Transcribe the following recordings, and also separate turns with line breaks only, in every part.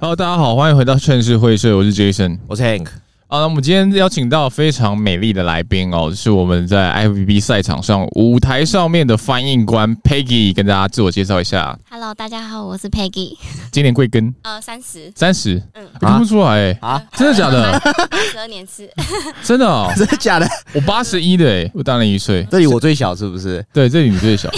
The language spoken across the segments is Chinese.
Hello，大家好，欢迎回到盛世会社，我是 Jason。
我是 Hank，
啊，那我们今天邀请到非常美丽的来宾哦，是我们在 FBB 赛场上舞台上面的翻译官 Peggy，跟大家自我介绍一下。
Hello，大家好，我是 Peggy。
今年贵庚？
呃，三十，
三十？
嗯，
我听不出来 哎、
啊
真的假的？
十二年次，
真的哦，
真的假的？
我八十一的哎、我大你一岁。
这里我最小是不是？
对，这里你最 小。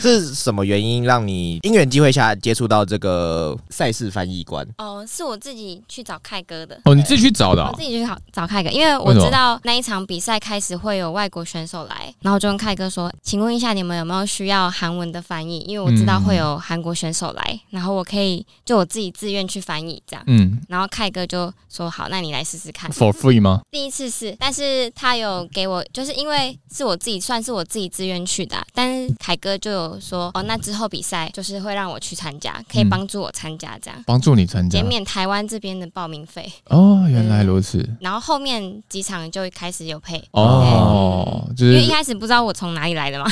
这是什么原因让你因缘机会下接触到这个赛事翻译官？
哦，是我自己去找凯哥的。
哦，你自己去找的、
我
哦
自。己去找找凯哥，因为我
为什么
知道那一场比赛开始会有外国选手来，然后我就跟凯哥说：“请问一下，你们有没有需要韩文的翻译？因为我知道会有韩国选手来，然后我可以就我自己自愿去翻译这样。
嗯”
然后凯哥就说：“好，那你来试试看。”
，for free 吗？
第一次是，但是他有给我，就是因为是我自己算是我自己自愿去的啊、但是凯哥就有说，哦，那之后比赛就是会让我去参加，可以
嗯
帮助我参加这样，
帮助你参加
减。免台湾这边的报名费。
哦，原来如此。
然后后面几场就开始有配，
哦，就
因
是
为一开始不知道我从哪 里来的嘛，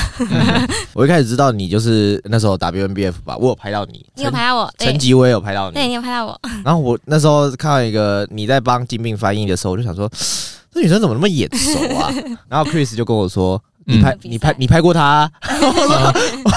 我一开始知道你就是那时候 WNBF 吧，我有拍到你，
你有拍到我，
陈
对
陈，吉我也有拍到
对，
你。
你有拍到我，
然后我那时候看到一个你在帮金病翻译的时候，我就想说，这女生怎么那么眼熟 啊？然后 Chris 就跟我说。你拍
嗯，
你拍，你拍过她 啊、我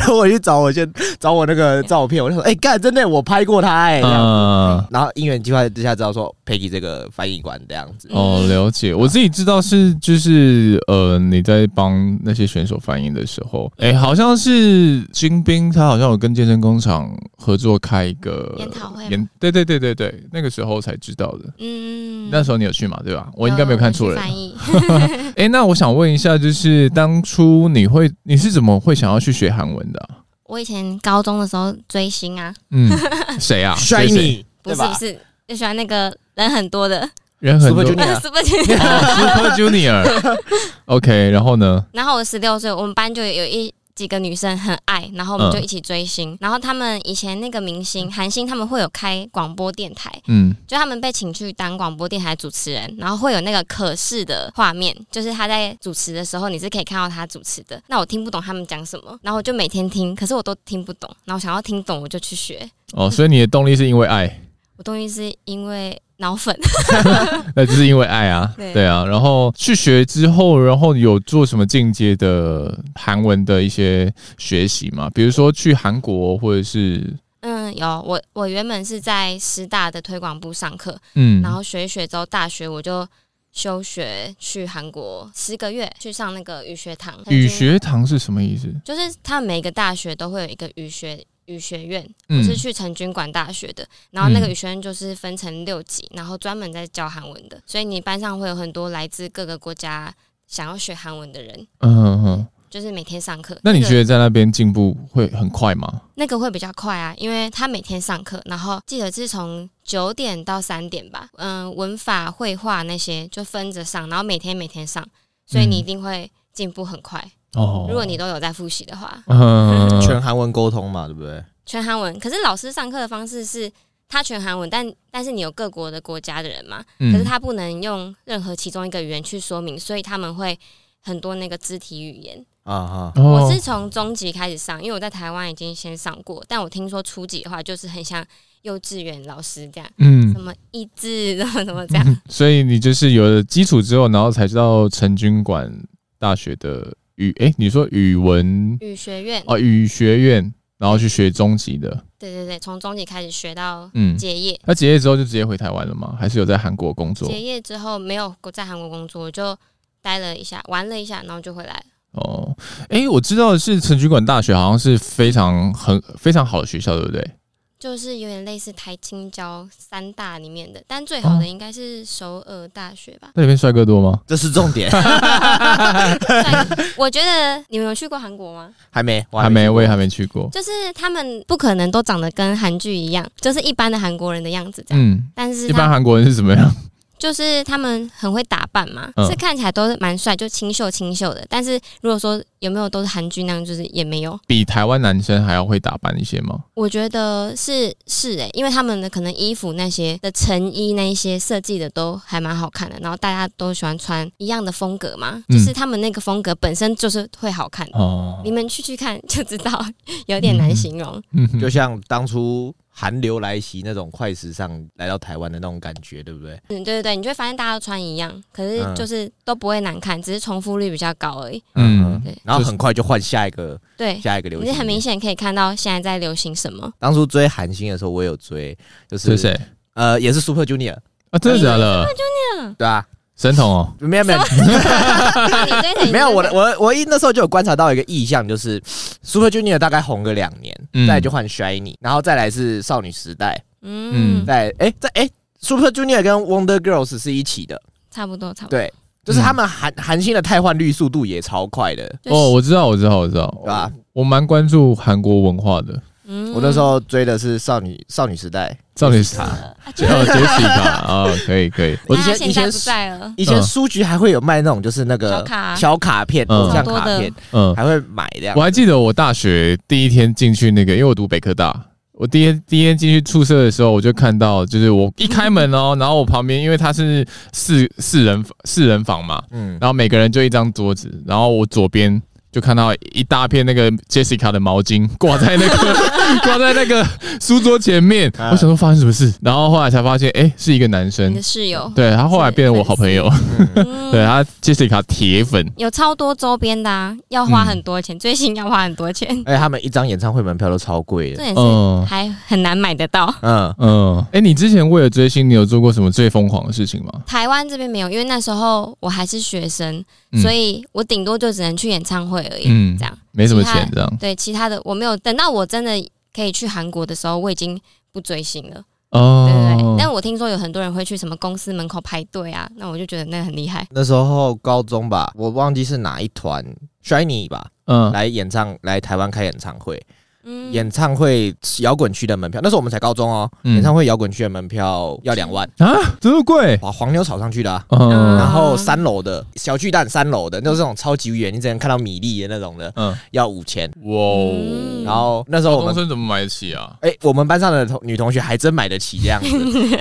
说，我 我去找我先找我那个照片，我就说，哎、干，真的，我拍过她哎、这样
嗯。
然后因缘机会之下知道说 Peggy 这个翻译官这样子，
哦，了解。我自己知道是就是呃，你在帮那些选手翻译的时候，哎、好像是金兵，他好像有跟健身工厂合作开一个
研讨会吗
研对对对对对，那个时候才知道的。
嗯，
那时候你有去嘛？对吧？我应该没有看错
我去
人。
翻译，
哎、那我想问一下，就是当初你会你是怎么会想要去学韩文的啊、
我以前高中的时候追星啊，
嗯， 谁啊？
摔
追谁
你，
不
对
是
吧
不是，就喜欢那个人很多的
人很多
Super Junior
Super Junior
哦 Super Junior。OK，然后呢？
然后我十六岁，我们班就有一几个女生很爱，然后我们
嗯
就一起追星。然后他们以前那个明星韩星，他们会有开广播电台，
嗯，
就他们被请去当广播电台主持人，然后会有那个可视的画面，就是他在主持的时候，你是可以看到他主持的。那我听不懂他们讲什么，然后我就每天听，可是我都听不懂。然后想要听懂，我就去学。
哦，所以你的动力是因为爱。
我东西是因为脑粉，
那就是因为爱啊，
对
对啊。然后去学之后，然后有做什么进阶的韩文的一些学习吗？比如说去韩国，或者是
嗯，有我我原本是在师大的推广部上课，
嗯，
然后学一学之后，大学我就休学去韩国十个月，去上那个语学堂。
语学堂是什么意思？
就是他们每个大学都会有一个语学语学院，
嗯
我是去成军馆大学的，然后那个
嗯
语学院就是分成六级，然后专门在教韩文的，所以你班上会有很多来自各个国家想要学韩文的人，
嗯嗯嗯。
就是每天上课。
那你
个
觉得在那边进步会很快吗？
那个会比较快啊，因为他每天上课，然后记得是从九点到三点吧，嗯、文法、绘画那些就分着上，然后每天每天上，所以你一定会进步很快。
哦，
如果你都有在复习的话，
嗯
全韩文沟通嘛，对不对？
全韩文，可是老师上课的方式是他全韩文，但但是你有各国的国家的人嘛，
嗯
可是他不能用任何其中一个语言去说明，所以他们会很多那个肢体语言。
啊哈，
嗯
我
哦
是从中级开始上，因为我在台湾已经先上过，但我听说初级的话就是很像幼稚园老师这样，
嗯
什，么益智，什么什么这样。
所以你就是有了基础之后，然后才知道成军馆大学的语，诶，你说语文
语学院，
哦语学院，然后去学中级的，
对对对，从中级开始学到
嗯，
结业，
那结业之后就直接回台湾了吗？还是有在韩国工作
结？业之后没有在韩国工作，我就待了一下，玩了一下，然后就回来了。
哦，诶，我知道的是成均馆大学好像是非常很非常好的学校，对不对？
就是有点类似台青交三大里面的，但最好
哦
的应该是首尔大学吧。
那里面帅哥多吗？
这是重点，
对 我觉得你们有去过韩国吗？
还没，我
还没，
去过
我也还没去过。
就是他们不可能都长得跟韩剧一样，就是一般的韩国人的样子这样。
嗯，
但是
一般
他
韩国人是怎么样？
就是他们很会打扮嘛，
嗯
是看起来都是蛮帅，就清秀清秀的。但是如果说有没有都是韩剧那样，就是也没有。
比台湾男生还要会打扮一些吗？
我觉得是是诶、因为他们的可能衣服那些的成衣那一些设计的都还蛮好看的，然后大家都喜欢穿一样的风格嘛，
嗯
就是他们那个风格本身就是会好看。
哦
你，们去去看就知道，有点难形容。
嗯哼
就像当初韩流来袭那种快时尚来到台湾的那种感觉，对不对？
嗯，对对对，你就会发现大家都穿一样，可是
嗯
就是都不会难看，只是重复率比较高而已。
嗯
对
然后很快就换下一个
对，
下一个流
你
行
哎是。很明显可以看到现在在流行什么。
当初追韩星的时候，我有追，就是是
谁
呃，也是 Super Junior，
啊？真的假的？
对啊，
神童哦，
没有没有
那你对 谁
没有，我的我我一那时候就有观察到一个意向，就是 Super Junior 大概红个两年，
嗯
再来就换 Shiny，然后再来是少女时代，
嗯，
再哎、再哎、Super Junior 跟 Wonder Girls 是一起的，
差不多差不多。
对，就是他们韩韩星的汰换率速度也超快的，
就是
哦，，我知道，我知道，我知道，
对啊吧？
哦
我蛮关注韩国文化的，
嗯
我那时候追的是少女少女时代，
少女时代，
啊就
哦，杰西卡啊，可以可以，
我以
大家
前
现
以
在
前
不在了，
以前
嗯
书局还会有卖那种就是那
小
个
卡
小卡片、
嗯
偶像
超多
卡
的
片，
嗯，
还会买这样
我。还记得我大学第一天进去那个，因为我读北科大，我第一天第一天进去宿舍的时候，我就看到，就是我一开门哦，然后我旁边因为它是四四人四人房嘛，
嗯，
然后每个人就一张桌子，然后我左边。就看到一大片那个 Jessica 的毛巾挂在那 个挂在那个书桌前面，
啊
我想说发生什么事，然后后来才发现，哎、是一个男
你
生
的，室友，
对他后来变成我好朋友，
嗯
对他 Jessica 铁粉，
有超多周边的啊，要花
嗯
很多钱，追星要花 很多钱，
而且他们一张演唱会门票都超贵
这
的。
也是
嗯
还很难买得到。
嗯，
嗯，哎、你之前为了追星，你有做过什么最疯狂的事情吗？
台湾这边没有，因为那时候我还是学生，
嗯
所以我顶多就只能去演唱会而已。
嗯
这样
没什么
其他
钱，这样
对，其他的我没有。等到我真的可以去韩国的时候，我已经不追星了，对对对。
哦。
但我听说有很多人会去什么公司门口排队啊，那我就觉得那个很厉害。
那时候高中吧，我忘记是哪一团 Shiny 吧，
嗯，
来演唱来台湾开演唱会，
嗯，
演唱会摇滚区的门票，那时候我们才高中哦，
嗯
演唱会摇滚区的门票要两万，
啊，这么贵，
哇，黄牛炒上去的、啊。
嗯
然后三楼的小巨蛋，三楼的，那种超级远，你只能看到米粒的那种的，
嗯，
要五千。
哇哦，
嗯
然后那时候我
高
们
中生怎么买得起啊？
哎、我们班上的同女同学还真买得起这样子。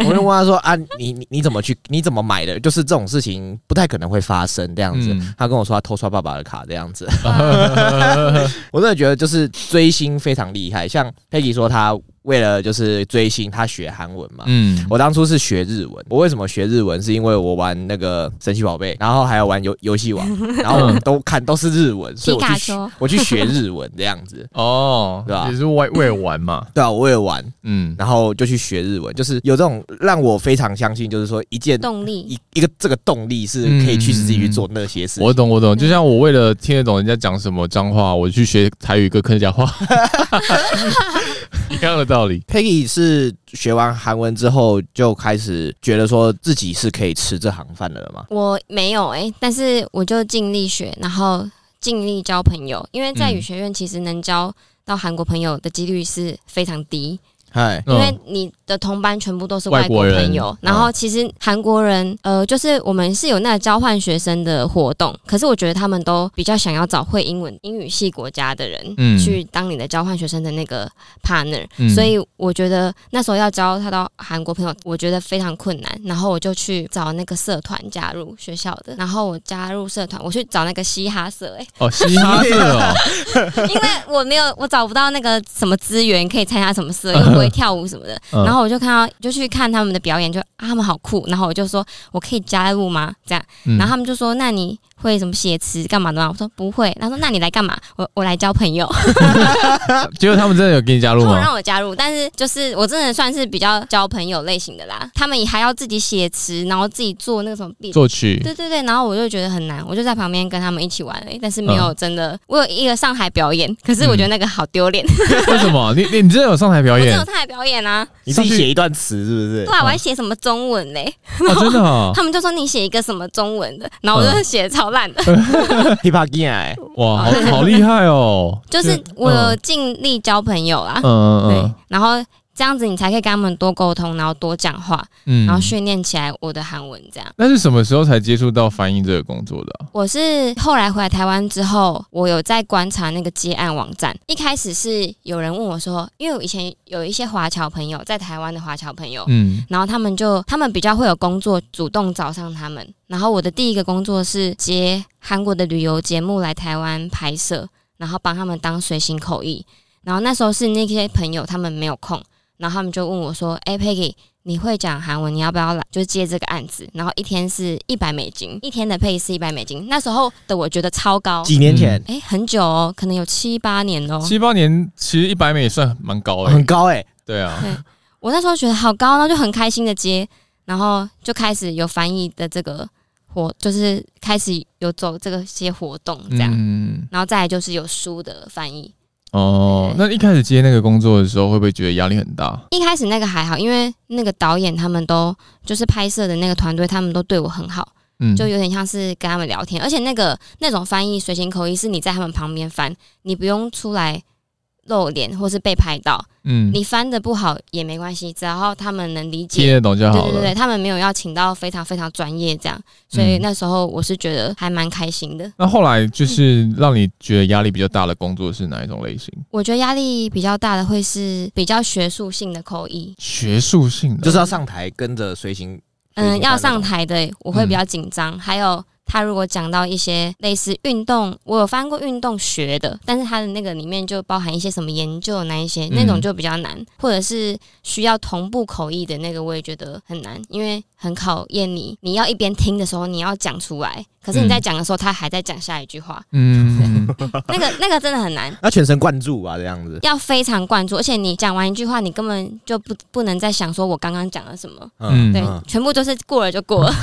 我就问她说啊，你你你怎么去？你怎么买的？就是这种事情不太可能会发生这样子。
嗯
她跟我说她偷刷爸爸的卡这样 子，
嗯
我真的觉得就是追星非常厉害。像 Peggy 说，她为了就是追星，她学韩文嘛。
嗯
我当初是学日文，我为什么学日文？是因为我玩那个神奇宝贝，然后还有玩游游戏王， 然后
嗯
都看都是日文，所以我去
皮卡丘
学我去学日文这样子。
哦，
对啊吧
也是为为了玩嘛，
对啊，我也玩，
嗯
然后就去学日文，就是有这种让我非常相信，就是说一件
动力，
一一个这个动力是可以驱使自己去做那些事
嗯
情。
我懂，我懂，就像我为了听得懂人家讲什么脏话，我去学台语跟客家 话，一样的道理。
Peggy 是学完韩文之后就开始觉得说自己是可以吃这行饭的了嘛？
我没有哎、但是我就尽力学，然后尽力交朋友，因为在
嗯
语学院其实能交到韩国朋友的几率是非常低。
嗨，
因为
嗯
你的同班全部都是
外
外国
国人嗯
朋友，然后其实韩国人，呃，就是我们是有那个交换学生的活动，可是我觉得他们都比较想要找会英文、英语系国家的人，
嗯
去当你的交换学生的那个 partner，、
嗯
所以我觉得那时候要交他到韩国朋友，我觉得非常困难，然后我就去找那个社团加入学校的，然后我加入社团，我去找那个嘻哈社、欸，
哦，嘻哈社 哦，
因为我没有，我找不到那个什么资源可以参加什么社，又 不会跳舞什么的。
嗯
然后我就看到，就去看他们的表演，就、啊、他们好酷。然后我就说，我可以加入吗？这样，
嗯
然后他们就说，那你会什么写词干嘛的吗？我说不会。他说，那你来干嘛？我我来交朋友。
结果他们真的有给你加
他
入啊
们
吗？
让我加入，但是就是我真的算是比较交朋友类型的啦。他们也还要自己写词，然后自己做那个什么 beat
作曲，
对对对，然后我就觉得很难，我就在旁边跟他们一起玩而已，但是没
嗯
有真的。我有一个上海表演，可是我觉得那个好丢脸。
为什么？你你你真的有上台表
我真
演？
有上海表演啊，
你自己写一段词是不是
对？啊，我还写什么中文嘞？
哦，真的哦，嗯
他们就说你写一个什么中文的，然后我就写的超烂的，
h i p h o p 哎，
哇，好好厉害哦！
就是我有尽力交朋友啦，啊
嗯，嗯
对
嗯，
然后。这样子你才可以跟他们多沟通，然后多讲话，
嗯
然后训练起来我的韩文。这样，
那是什么时候才接触到翻译这个工作的啊、
我是后来回来台湾之后，我有在观察那个接案网站。一开始是有人问我说，因为我以前有一些华侨朋友在台湾的华侨朋友，
嗯，
然后他们就他们比较会有工作主动找上他们。然后我的第一个工作是接韩国的旅游节目来台湾拍摄，然后帮他们当随行口译。然后那时候是那些朋友他们没有空，然后他们就问我说：“哎、p e g g y 你会讲韩文，你要不要来？就接这个案子。”然后一天是一百美金，一天的配是一百美金。那时候的我觉得超高，
几年前、
哎、很久哦，可能有七八年哦。
七八年其实一百美也算蛮高的、
很高哎、
对啊，
我那时候觉得好高，然后就很开心的接，然后就开始有翻译的这个活，就是开始有走这个些活动这样，
嗯，
然后再来就是有书的翻译。
哦，那一开始接那个工作的时候，会不会觉得压力很大？
一开始那个还好，因为那个导演他们都就是拍摄的那个团队，他们都对我很好，
嗯，
就有点像是跟他们聊天。而且那个那种翻译随行口译是你在他们旁边翻，你不用出来露脸或是被拍到，
嗯，
你翻的不好也没关系，只要他们能理解
听得懂就好
对对
了
对，。他们没有要请到非常非常专业这样，所以
嗯
那时候我是觉得还蛮开心的。
那后来就是让你觉得压力比较大的工作是哪一种类型？
我觉得压力比较大的会是比较学术性的口译，
学术性的，
就是要上台跟着随行。
嗯，
随行班
要
那
上
种
台的我会比较紧张，
嗯
还有。他如果讲到一些类似运动，我有翻过运动学的，但是他的那个里面就包含一些什么研究那一些，那种
嗯
就比较难，或者是需要同步口译的那个，我也觉得很难，因为很考验你，你要一边听的时候你要讲出来，可是你在
嗯
讲的时候他还在讲下一句话，
嗯，
那个那个真的很难，
要全神贯注啊，这样子。
要非常关注，而且你讲完一句话，你根本就不不能再想说我刚刚讲了什么，
嗯
对，全部就是过了就过了。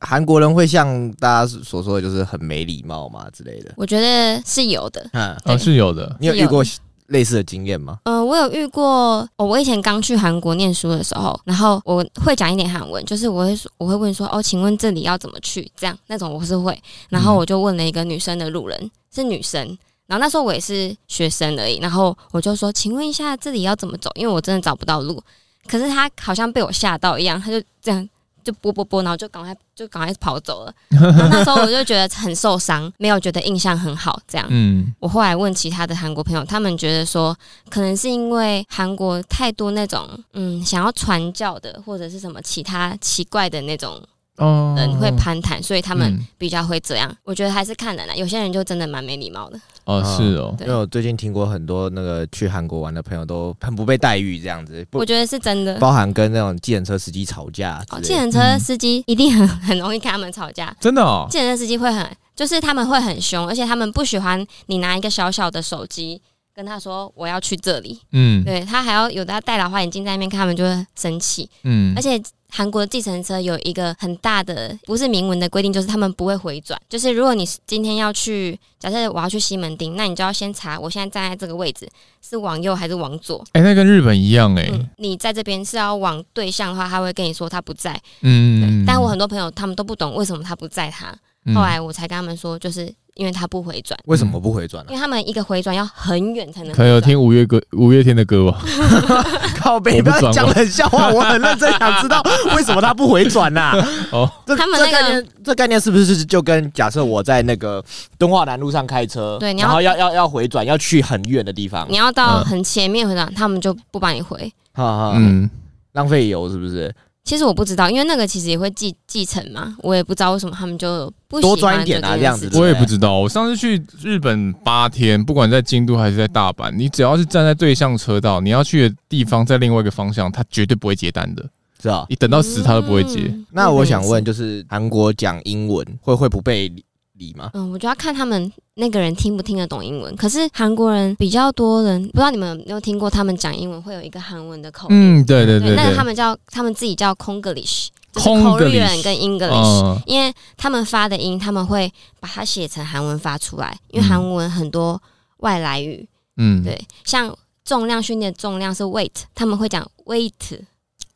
韩国人会像大家所说的，就是很没礼貌嘛之类的。
我觉得是有的。
嗯，
哦，是有的。
你有遇过类似的经验吗？
嗯、我有遇过，哦，我以前刚去韩国念书的时候，然后我会讲一点韩文，就是我会说我会问说，哦，请问这里要怎么去？这样那种我是会，然后我就问了一个女生的路人，是女生。然后那时候我也是学生而已，然后我就说，请问一下这里要怎么走？因为我真的找不到路。可是她好像被我吓到一样，她就这样就拨拨拨，然后就赶快就赶快跑走了。然后那时候我就觉得很受伤，没有觉得印象很好，这样。
嗯，
我后来问其他的韩国朋友，他们觉得说，可能是因为韩国太多那种嗯想要传教的，或者是什么其他奇怪的那种
哦，
人会攀谈，所以他们
嗯
比较会这样。我觉得还是看人啦，有些人就真的蛮没礼貌的。
哦，
啊
是哦，
对
因为我最近听过很多那个去韩国玩的朋友都很不被待遇，这样子，不
我觉得是真的。
包含跟那种计程车司机吵架之
哦，
类的。
计程车司机一定很很容易跟他们吵架，
真的哦，
计程车司机会很，就是他们会很凶，而且他们不喜欢你拿一个小小的手机跟他说我要去这里，
嗯
对他还要有的要戴老花眼镜在那边看，他们就会生气。
嗯
而，且韩国的计程车有一个很大的不是明文的规定，就是他们不会回转。就是如果你今天要去，假设我要去西门町，那你就要先查我现在站在这个位置是往右还是往左。
哎，那跟日本一样哎，
嗯，你在这边是要往对向的话，他会跟你说他不在。对，
嗯，
但我很多朋友他们都不懂为什么他不在他。
嗯
后来我才跟他们说，就是因为他不回转，
为什么不回转啊
因
呢、
为他们一个回转要很远才能。
可能有。听五月歌五月天的歌吧？
靠背，
我不
不
啊
要
转
讲
弯
冷笑话，我很认真想知道 为什么他不回转呐、
哦，
这
他们
这
那个
概念，这概念是不是就跟假设我在那个敦化南路上开车，
对你要
然后要要要回转，要去很远的地方
你，要到
嗯
很前面回转，他们就不帮你回。
哈哈，
嗯，
浪费油是不是？
其实我不知道，因为那个其实也会继继承嘛，我也不知道为什么他们就不喜
多
欢
赚一点啊
做这
这样
件
子
事
对
情。
我也不知道，我上次去日本八天，不管在京都还是在大阪，你只要是站在对向车道，你要去的地方在另外一个方向，他绝对不会接单的。
是啊。
你等到死他都不会接。
嗯
那我想问，，就是韩国讲英文会会不被理理吗？
嗯，我就要看他们那个人听不听得懂英文。可是韩国人比较多人，不知道你们有没有听过，他们讲英文会有一个韩文的口音，
嗯，对对
对，
对
那个他
对，
们叫他们自己叫 Konglish，就是
Konglish
Korean 跟 English。
嗯
因为他们发的音，他们会把它写成韩文发出来，因为韩文很多外来语，
嗯，
对，像重量训练的重量是 weight，他们会讲 weight，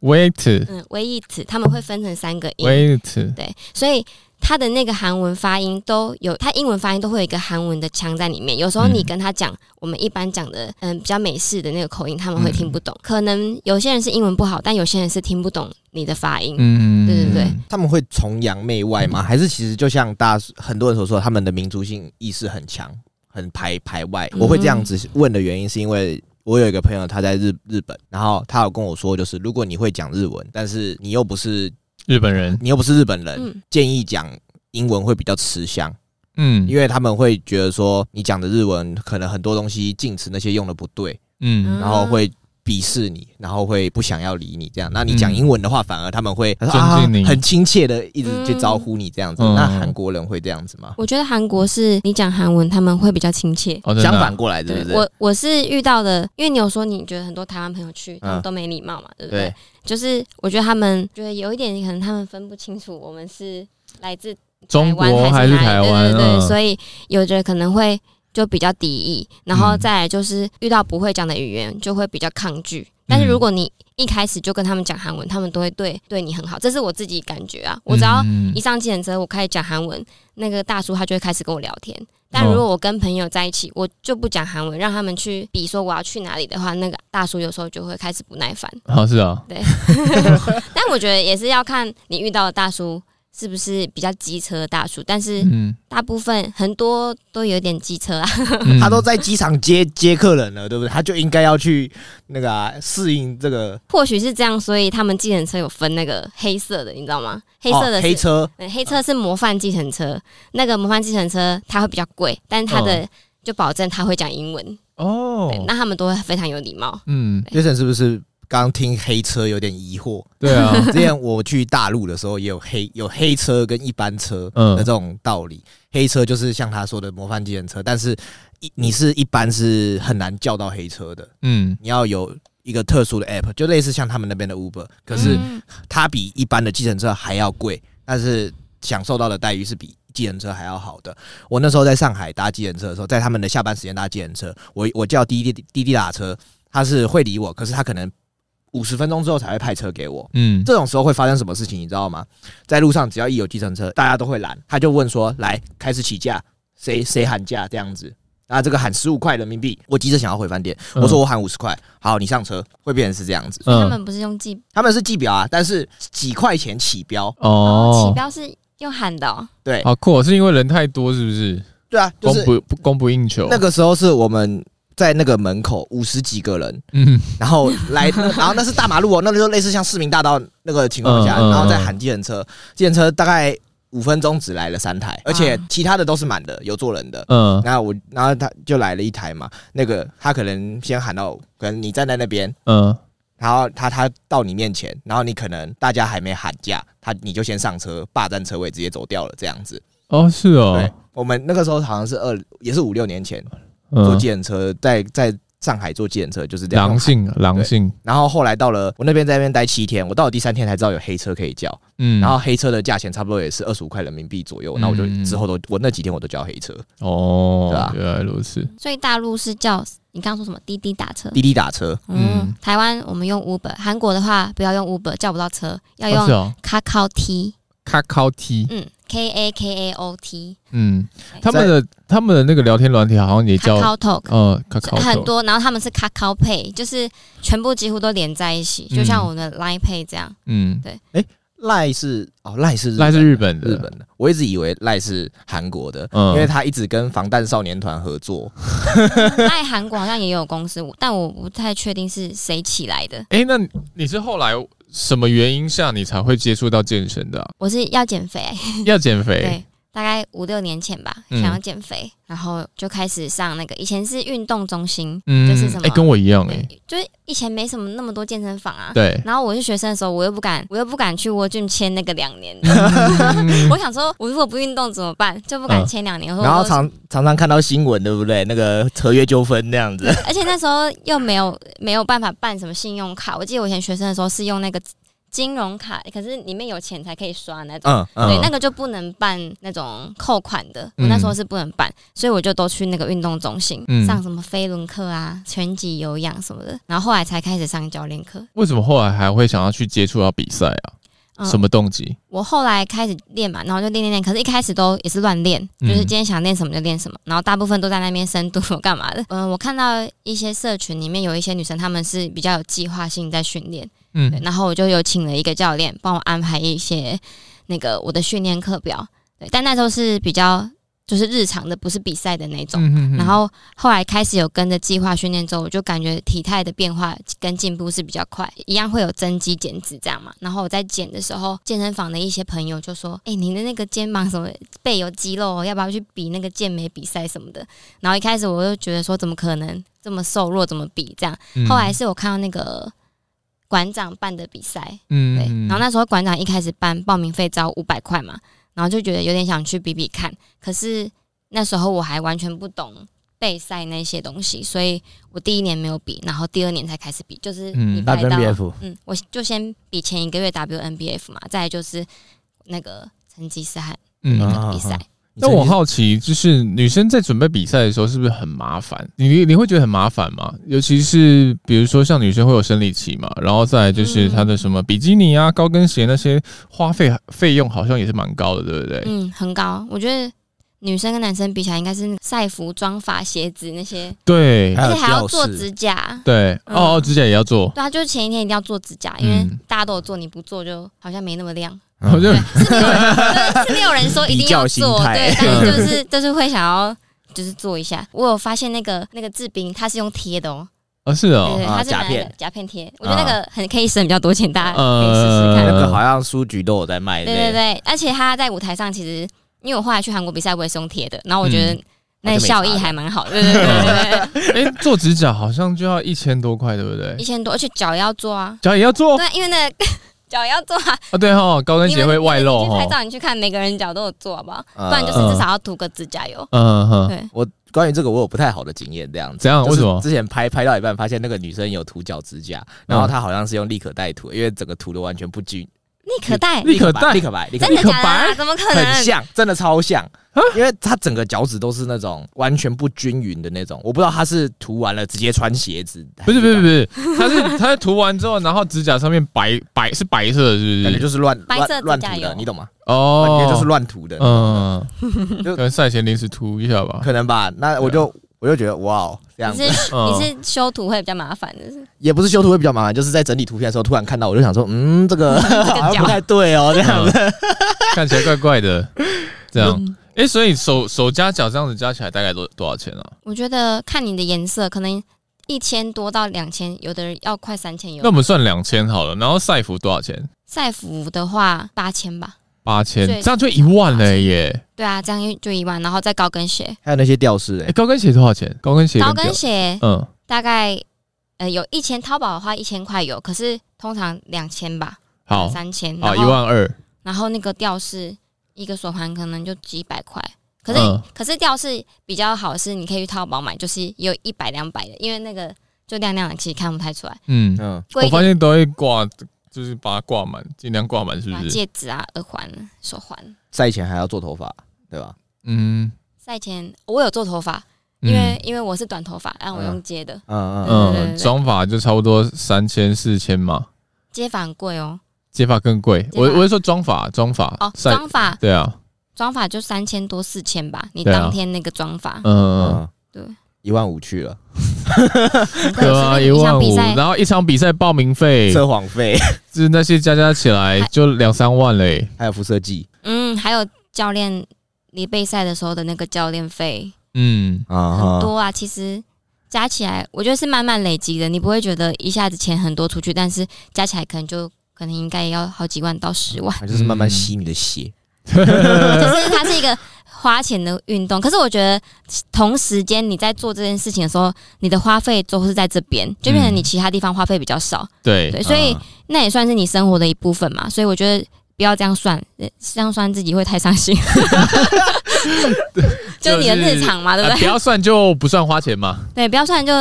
wait
嗯 w e it，他们会分成三个音，
wait，
对，所以他的那个韩文发音都有，他英文发音都会有一个韩文的腔在里面。有时候你
嗯
跟他讲、我们一般讲的，嗯，比较美式的那个口音，他们会
嗯
听不懂。可能有些人是英文不好，但有些人是听不懂你的发音。
嗯，
对对对
他们会崇洋媚外 吗？还是其实就像大家很多人所说，他们的民族性意识很强，很排排外？
嗯
我会这样子问的原因，是因为我有一个朋友，他在日日本，然后他有跟我说，就是如果你会讲日文，但是你又不是
日本人，
你又不是日本人，
嗯
建议讲英文会比较吃香。
嗯，
因为他们会觉得说你讲的日文可能很多东西敬词那些用的不对，
嗯
嗯
然后会鄙视你，然后会不想要理你这样。那你讲英文的话，反而他们会他说
嗯
啊
尊敬你
很亲切的一直去招呼你这样子。
嗯
那韩国人会这样子吗？
我觉得韩国是你讲韩文，他们会比较亲切。
哦，真的啊
相反，过来，对不对？
我我是遇到的，因为你有说你觉得很多台湾朋友去，他们
嗯
都没礼貌嘛，对不对？
对，
就是我觉得他们觉得有一点，可能他们分不清楚我们是来自
中
台
国
湾
还
是
是
哪里
台湾？
对对对，
嗯
所以有的可能会就比较敌意，然后
嗯
再来就是遇到不会讲的语言就会比较抗拒。但是如果你一开始就跟他们讲韩文，他们都会对对你很好，这是我自己感觉啊。我只要
嗯
一上计程车，我开始讲韩文，那个大叔他就会开始跟我聊天。
哦
但如果我跟朋友在一起，我就不讲韩文，让他们去比说我要去哪里的话，那个大叔有时候就会开始不耐烦。
好是啊，
但我觉得也是要看你遇到的大叔是不是比较机车的大叔，但是
嗯，
大部分很多都有点机车啊，
嗯
他都在机场接接客人了，对不对？他就应该要去那个啊适、应这个
或许是这样，所以他们计程车有分那个黑色的，你知道吗？黑色的
哦
是、
黑车，
嗯黑车是模范计程车，那个模范计程车它会比较贵，但是它的、
哦
就保证他会讲英文，
哦
对，那他们都会非常有礼貌。
嗯，
杰森是不是？刚听黑车有点疑惑，
对啊，
之前我去大陆的时候，也有黑有黑车跟一 般车
嗯
的这种道理。黑车就是像他说的模范机人车，但是一你是一般是很难叫到黑车的，
嗯
你要有一个特殊的 app，就类似像他们那边的 Uber，可是
嗯
它比一般的计程车还要贵，但是享受到的待遇是比计程车还要好的。我那时候在上海搭计程车的时候，在他们的下班时间搭计程车，我我叫滴滴滴滴打车，他是会理我，可是他可能五十分钟之后才会派车给我。
嗯，
这种时候会发生什么事情，你知道吗？在路上只要一有计程车，大家都会拦，他就问说：“来，开始起价，谁谁喊价这样子。”啊，这个喊十五块人民币，我急着想要回饭店，
嗯
我说我喊五十块，好，你上车，会变成是这样子。
所以他
嗯
们不是用计
他们是计表啊，但是几块钱起标，
哦
起，标是用喊的、哦，
对
好酷、哦，是因为人太多是不是？
对啊，就
供
是
不不供不应求，
那个时候是我们在那个门口五十几个人，
嗯
然后来，那然后那是大马路哦，那就类似像市民大道那个情况下，
嗯嗯嗯
然后再喊计程车，计程车大概五分钟只来了三台，而且
啊
其他的都是满的，有坐人的。
嗯
然后我，然后他就来了一台嘛，那个他可能先喊到，可能你站在那边，
嗯
然后他他到你面前，然后你可能大家还没喊价，他你就先上车，霸占车位直接走掉了这样子。
哦是
对
哦，，
我们那个时候好像是二，也是五六年前坐
嗯，
计程车，在在上海坐计程车就是这样。
狼性啊狼性，
然后后来到了我那边在那边待七天，我到了第三天才知道有黑车可以叫，
嗯，
然后黑车的价钱差不多也是二十五块人民币左右，
嗯
那我就之后都我那几天我都叫黑车，对
哦
啊，
原来如此，
所以大陆是叫你刚刚说什么滴滴打车。
滴滴打车，
嗯
嗯，台湾我们用 Uber，韩国的话不要用 Uber，叫不到车，要
哦是
用
哦，
k a k o T，
卡靠 T，
嗯，K A K A O T，
嗯，他们的他们的那个聊天软体好像也
k
叫
a k o Talk，
呃卡靠
很多，然后他们是 Kakao Pay，就是全部几乎都连在一起，
嗯
就像我们的 Line Pay 这样。
嗯，
赖是哦赖是
那是
日
日本
本的日
的，
本的，我一直以为赖是韩国的，
嗯
因为他一直跟防弹少年团合作，
在韩国好像也有公司，但我不太确定是谁起来的。
哎，那你是后来什么原因下你才会接触到健身 的啊？
我是要减肥、
要减肥，
对，大概五六年前吧，
嗯
想要减肥，然后就开始上那个，以前是运动中心，
嗯
这是什么
哎，跟我一样哎，
对，就是以前没什么那么多健身房啊。
对，
然后我是学生的时候，我又不敢，我又不敢去沃郡签那个两 年 的。
嗯
我想说，我如果不运动怎么办？就不敢
嗯
签两年。我说
然后
我
常常常看到新闻，对不对？那个合约纠纷那样子，
而且那时候又没有没有办法办什么信用卡，我记得我以前学生的时候是用那个金融卡，可是里面有钱才可以刷那种。
嗯
对，
嗯，
那个就不能办那种扣款的，
嗯
我那时候是不能办，所以我就都去那个运动中心、
嗯
上什么飞轮课啊、拳击、有氧什么的，然后后来才开始上教练课。
为什么后来还会想要去接触到比赛啊？
嗯
什么动机？
我后来开始练嘛，然后就练练练，可是一开始都也是乱练，就是
嗯
今天想练什么就练什么，然后大部分都在那边深度干嘛的。 嗯、我看到一些社群里面有一些女生，她们是比较有计划性在训练，
嗯
对，然后我就有请了一个教练帮我安排一些那个我的训练课表，对，但那时候是比较就是日常的，不是比赛的那种。
嗯哼
然后后来开始有跟着计划训练之后，我就感觉体态的变化跟进步是比较快，一样会有增肌减脂这样嘛。然后我在减的时候，健身房的一些朋友就说：“哎、你的那个肩膀什么背有肌肉、哦，要不要去比那个健美比赛什么的？”然后一开始我就觉得说：“怎么可能这么瘦弱，怎么比这样？”
嗯
后来是我看到那个馆长办的比赛，
嗯
对，然后那时候馆长一开始办报名费只要五百块嘛，然后就觉得有点想去比比看，可是那时候我还完全不懂备赛那些东西，所以我第一年没有比，然后第二年才开始比，就是
嗯
你拜到，
WNBF
嗯，我就先比前一个月 WNBF 嘛，再来就是那个成吉思汗
嗯
那
嗯
啊
个比赛，
那我好奇，就是女生在准备比赛的时候，是不是很麻烦？你你会觉得很麻烦吗？尤其是比如说像女生会有生理期嘛，然后再来就是
嗯
她的什么比基尼啊、高跟鞋那些花费费用好像也是蛮高的，对不对？
嗯，很高，我觉得。女生跟男生比起来，应该是晒服、妆发、鞋子那些，
对
还
而
有
且还要
吊
做
饰
指甲。
对，
嗯
哦哦，指甲也要做，
对啊，就是前一天一定要做指甲，因为
嗯
大家都有做，你不做就好像没那么亮。
嗯
我就
对，是没有人，是 没有人说一定要
比较心
做，
态嗯
对，但是就是就是会想要。就是做一下，我有发现那个那个制冰，它是用贴的哦，
啊是
对
哦，
对，
啊
它是拿
甲
那
片啊
个甲片贴，我觉得那个很可以省比较多钱，大家可以试试
呃
看。
那个好像书局都有在卖，
对对，对，而且它在舞台上，其实因为我后来去韩国比赛，我也是用贴的，然后我觉
嗯
得那个效益还蛮好的，对对对 对对
哎，做指甲好像就要一千多块，对不对
对，一？千多，而且脚也要做啊，
脚也要做
对，因为那个 脚也要做啊，
啊，对哈，高跟
你
鞋
们
会外露哦
你去拍
哈，
照，你去看，每个人脚都有做，好不好？
呃
不然就是至少要涂个指甲油。
嗯哼，
对，
我关于这个我有不太好的经验，这样子。
怎样？
就
为
是
什么？嗯
之前拍拍到一半，发现那个女生有涂脚指甲，然后她好像是用立可带涂，因为整个涂的完全不均。
立可带，
立可带
立可白，立可
真
立
白，
的
可
假的
白
啊？怎么可能？
很像，真的超像。因为她整个脚趾都是那种完全不均匀的那种，我不知道她是涂完了直接穿鞋子，
不是不
还
是不是，它是它在涂完之后，然后指甲上面白白是白色的，是不
感觉
是？
就是乱
白色
乱乱
指甲
涂的，
油
你懂吗？
哦，
感觉就是乱涂的，
嗯，
就
可能赛前临时涂一下吧。
可能吧。那我就我就觉得哇哦，这样
你
子
是
嗯
你是修图会比较麻烦的，是
也不是修图会比较麻烦，就是在整理图片的时候突然看到，我就想说，嗯，这个 好像不太对哦，这样子。
嗯看起来怪怪 的，这
嗯
样。哎，所以手手加脚这样子加起来大概多多少钱啊？
我觉得看你的颜色，可能一千多到两千，有的人要快三千
那我
有。
们算两千好了，然后赛服多少钱？
赛服的话八千吧，
八千，
对
这样就一万了耶！
对啊，这样就一万，然后再高跟鞋，
还有那些吊饰，
哎，
哎，
高跟鞋多少钱？高跟鞋跟
高
表，
跟鞋
嗯，
大概呃有一千，淘宝的话一千块有，可是通常两千吧，
好
三千，
好
然
一
后
万二，
然后那个吊饰一个手环可能就几百块，可是、
嗯
可是吊饰比较好是你可以去淘宝买，就是也有一百两百的，因为那个就亮亮的，其实看不太出来。
嗯，
嗯，
贵
我
一
发
点
现都会挂，就是把它挂满，尽量挂满，是
啊
不是？
戒指啊、耳环、手环。
赛前还要做头发，对吧？
嗯，
赛前我有做头发，
嗯啊
因为、因为我是短头发，然后我
嗯
用接的，
嗯嗯，
对对
嗯，
对
妆法就差不多三千四千嘛，
接发很贵哦。
接发更贵。
接发
我我是说妆法，妆法
哦，
赛
妆发
对啊，
妆发就三千多四千吧，你
对啊
当天那个妆发，
嗯，
嗯，
对，
一万五去了，
很贵
对啊，一万
场比
五，
赛
然后一场比赛报名费，
测谎费，
就是那些加加起来就两三万嘞。
还有辐射剂
嗯，还有教练你备赛的时候的那个教练费，
嗯，
啊
很多啊，其实加起来，我觉得是慢慢累积的，你不会觉得一下子钱很多出去，但是加起来可能就可能应该也要好几万到十万，
就是慢慢吸你的血。
就是它是一个花钱的运动。可是我觉得同时间你在做这件事情的时候，你的花费都是在这边，就变成你其他地方花费比较少，
对
嗯对，啊所以那也算是你生活的一部分嘛。所以我觉得。不要这样算，呃这样算自己会太伤 心。就你的日常嘛，对不对
啊？不要算就不算花钱嘛。
对，不要算就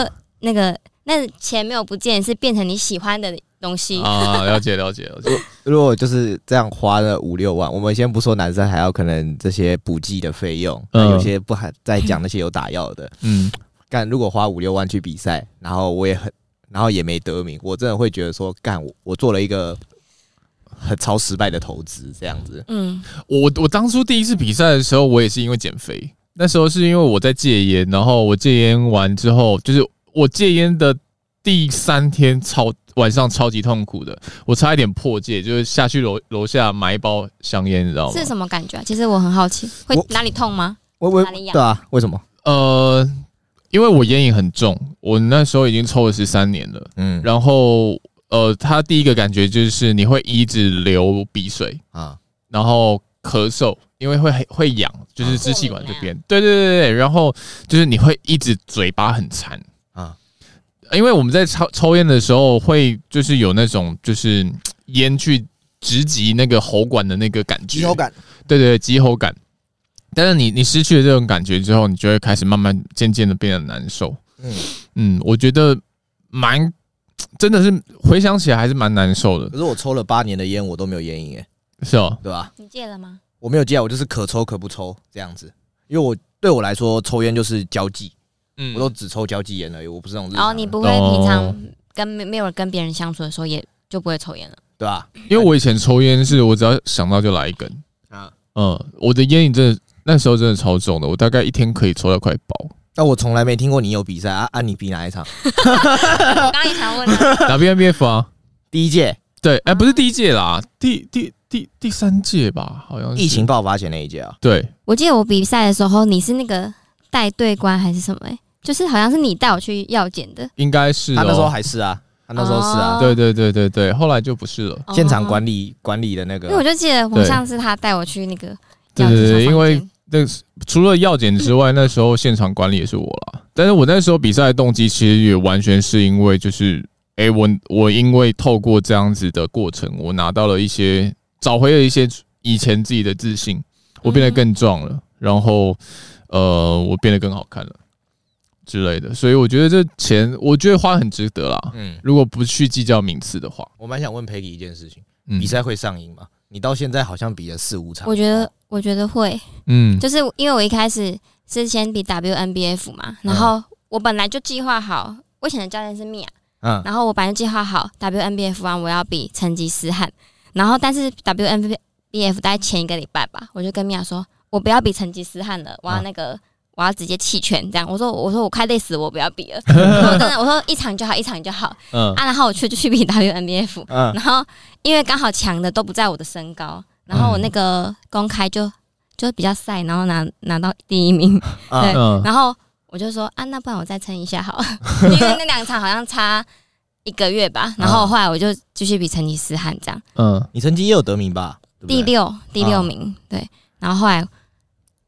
那个那钱没有不见，是变成你喜欢的东西。
啊，了解了解了解。
如果就是这样花了五六万，我们先不说男生还要可能这些补剂的费用，那
嗯
有些不还再讲那些有打药的。
嗯，
干，如果花五六万去比赛，然后我也很，然后也没得名，我真的会觉得说，干，我我做了一个很超失败的投资，这样子。
嗯，
我我当初第一次比赛的时候，我也是因为减肥。那时候是因为我在戒烟，然后我戒烟完之后，就是我戒烟的第三天超晚上超级痛苦的，我差一点破戒，就是下去楼楼下买一包香烟，你知道吗
是？什么感觉啊？其实我很好奇，会
我
哪里痛吗？
我我
哪里痒
对啊，为什么？
呃，因为我烟瘾很重，我那时候已经抽了十三年了，
嗯
然后呃，他第一个感觉就是你会一直流鼻水，
啊，
然后咳嗽，因为会会痒，就是支气管这边。对对对对，然后就是你会一直嘴巴很馋啊
啊，
因为我们在抽抽烟的时候会就是有那种就是嗯烟去直击那个喉管的那个感觉，
肌肉，感。
对对对，急喉感。但是你你失去了这种感觉之后，你就会开始慢慢渐渐的变得难受。
嗯，
嗯，我觉得蛮真的是回想起来还是蛮难受的，
可是我抽了八年的烟，我都没有烟瘾，哎，
是哦，
对吧、
你戒了吗？
我没有戒啊，我就是可抽可不抽这样子，因为我对我来说，抽烟就是交际，
嗯
我都只抽交际烟而已，我不是那种日常的。
然后哦你不会平常跟没没有跟别人相处的时候，也就不会抽烟了。
对吧、
因为我以前抽烟是我只要想到就来一根，
啊？
嗯，我的烟瘾真的那时候真的超重的，我大概一天可以抽到快饱。
但我从来没听过你有比赛啊啊！你比哪一场？
哦
我刚刚也想 问他，
打 B N B F 啊，
第一届
对，
嗯
哎、不是第一届啦，第第第第三届吧，好像是
疫情爆发前那一届啊，
对，
我记得我比赛的时候，你是那个带队官还是什么、欸？就是好像是你带我去药检的，
应该是、哦、
他那时候还是啊，他那时候是啊，
对对对对对，后来就不是了。
现场
哦
管理管理的那
因为我
个，
就记得我
对
上次他带我去那个
对
药
对
剂小
对，因
房
为
间
那时除了药检之外，那时候现场管理也是我啦。但是我那时候比赛的动机其实也完全是因为就是，哎、我我因为透过这样子的过程，我拿到了一些找回了一些以前自己的自信，我变得更壮了，然后呃，我变得更好看了之类的。所以我觉得这钱，我觉得花很值得啦。
嗯，
如果不去计较名次的话，
我蛮想问 Peggy 一件事情，
嗯
比赛会上瘾吗？你到现在好像比了四五场，
我觉得我觉得会，
嗯
就是因为我一开始是先比 WNBF 嘛，然后我本来就计划好，我以前的教练是 Mia，
嗯，
然后我本来就计划好 WNBF 完我要比成吉思汗，然后但是 WNBF 大概前一个礼拜吧，我就跟 Mia 说，我不要比成吉思汗了，我要那个。我要直接弃权，这样我说我说我快累死我，不要比了。 我说真的，我说一场就好，一场就好
嗯
啊。然后我去就去比 WNBF，
嗯，
然后因为刚好强的都不在我的身高，然后我那个公开就就比较晒，然后拿拿到第一名，
嗯
对
嗯，
然后我就说啊，那不然我再撑一下好了， 因为那两场好像差一个月
啊
吧。然后后来我就继续比成吉思汗这样，
嗯
你成绩也有得名吧？对不啊对
第六第六名、对，然后后来。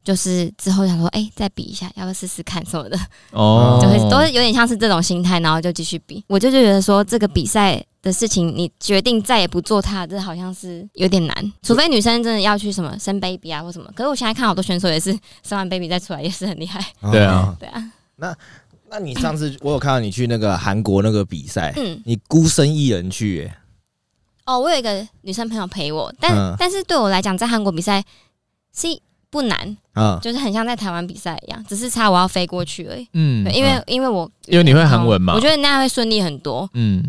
就是之后想说，哎、再比一下，要不要试试看什么的，
哦，
就会都会有点像是这种心态，然后就继续比。我就觉得说，这个比赛的事情，你决定再也不做它，这好像是有点难，除非女生真的要去什么生 baby 啊或什么。可是我现在看好多选手也是生完 baby 再出来，也是很厉害。
对
嗯
啊，
对啊，
那你上次我有看到你去那个韩国那个比赛，
哎
嗯，
你孤身一人去、欸，
哦，我有一个女生朋友陪我，但、
嗯
但是对我来讲，在韩国比赛是不难，
哦
啊、
就是很像在台湾比赛一样，只是差我要飞过去而已。
嗯
对，因为、
嗯
因为我
因为你会韩文嘛
我觉得那样会顺利很多。
嗯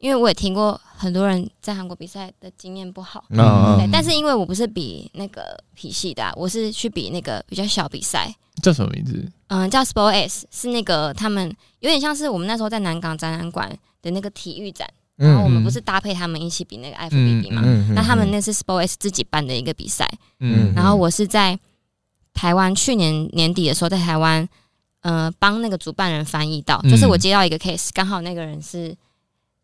因为我也听过很多人在韩国比赛的经验不好，
嗯嗯
对，但是因为我不是比那个体系的啊、我是去比那个比较小比赛，
叫什么名字？
嗯，叫 Sport S，是那个他们有点像是我们那时候在南港展览馆的那个体育展，
嗯
然后我们不是搭配他们一起比那个 FBB 嘛，
嗯
那他们那是 Sport S 自己办的一个比赛，
嗯，
然后我是在台湾去年年底的时候在台湾，呃，帮那个主办人翻译到，
嗯
就是我接到一个 case，刚好那个人是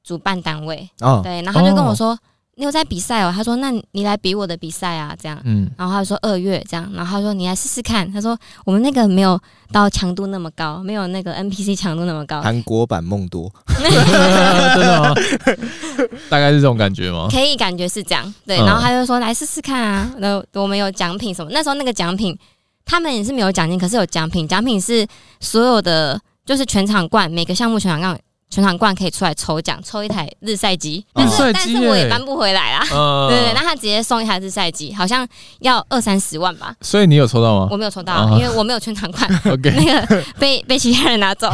主办单位，
哦，
对，然后他就跟我说。你有在比赛哦？他说：“那你来比我的比赛啊，这样。”
嗯
然后他就说二月这样，然后他说你来试试看，他说我们那个没有到强度那么高，没有那个 NPC 强度那么高，
韩国版梦多，
真的吗？大概是这种感觉 吗？
可以感觉是这样，对。
哦嗯
然后他就说来试试看啊，那我们有奖品什么？那时候那个奖品他们也是没有奖金，可是有奖品，奖品是所有的就是全场冠，每个项目全场冠全场冠可以出来抽奖，抽一台日晒机，
日
但是、
晒
但
机
是我也
耶
搬不回来啦。
嗯，
啊对对对，那他直接送一台日晒机，好像要二三十万吧，
所以你有抽到吗
我没有抽到，
啊
因为我没有全场冠，
？OK，
那个被被其他人拿走，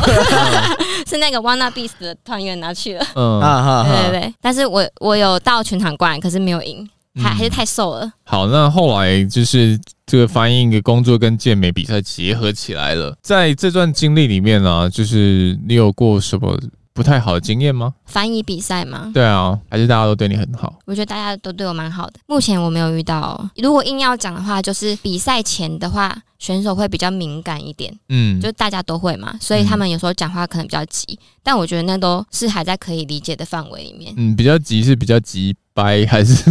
是那个 Wanna Beast 的团员拿去了。
嗯，
啊哈
对对
哈，
对，但是我我有到全场冠，可是没有赢，
嗯
还还是太瘦了。
好。那后来就是这个翻译的工作跟健美比赛结合起来了。在这段经历里面呢、就是你有过什么不太好的经验吗？
翻译比赛嘛，
对啊，还是大家都对你很好？
我觉得大家都对我蛮好的。目前我没有遇到，如果硬要讲的话，就是比赛前的话，选手会比较敏感一点，
嗯，。
就大家都会嘛，所
嗯
以他们有时候讲话可能比较急，但我觉得那都是还在可以理解的范围里面
嗯，比较急是比较急掰还是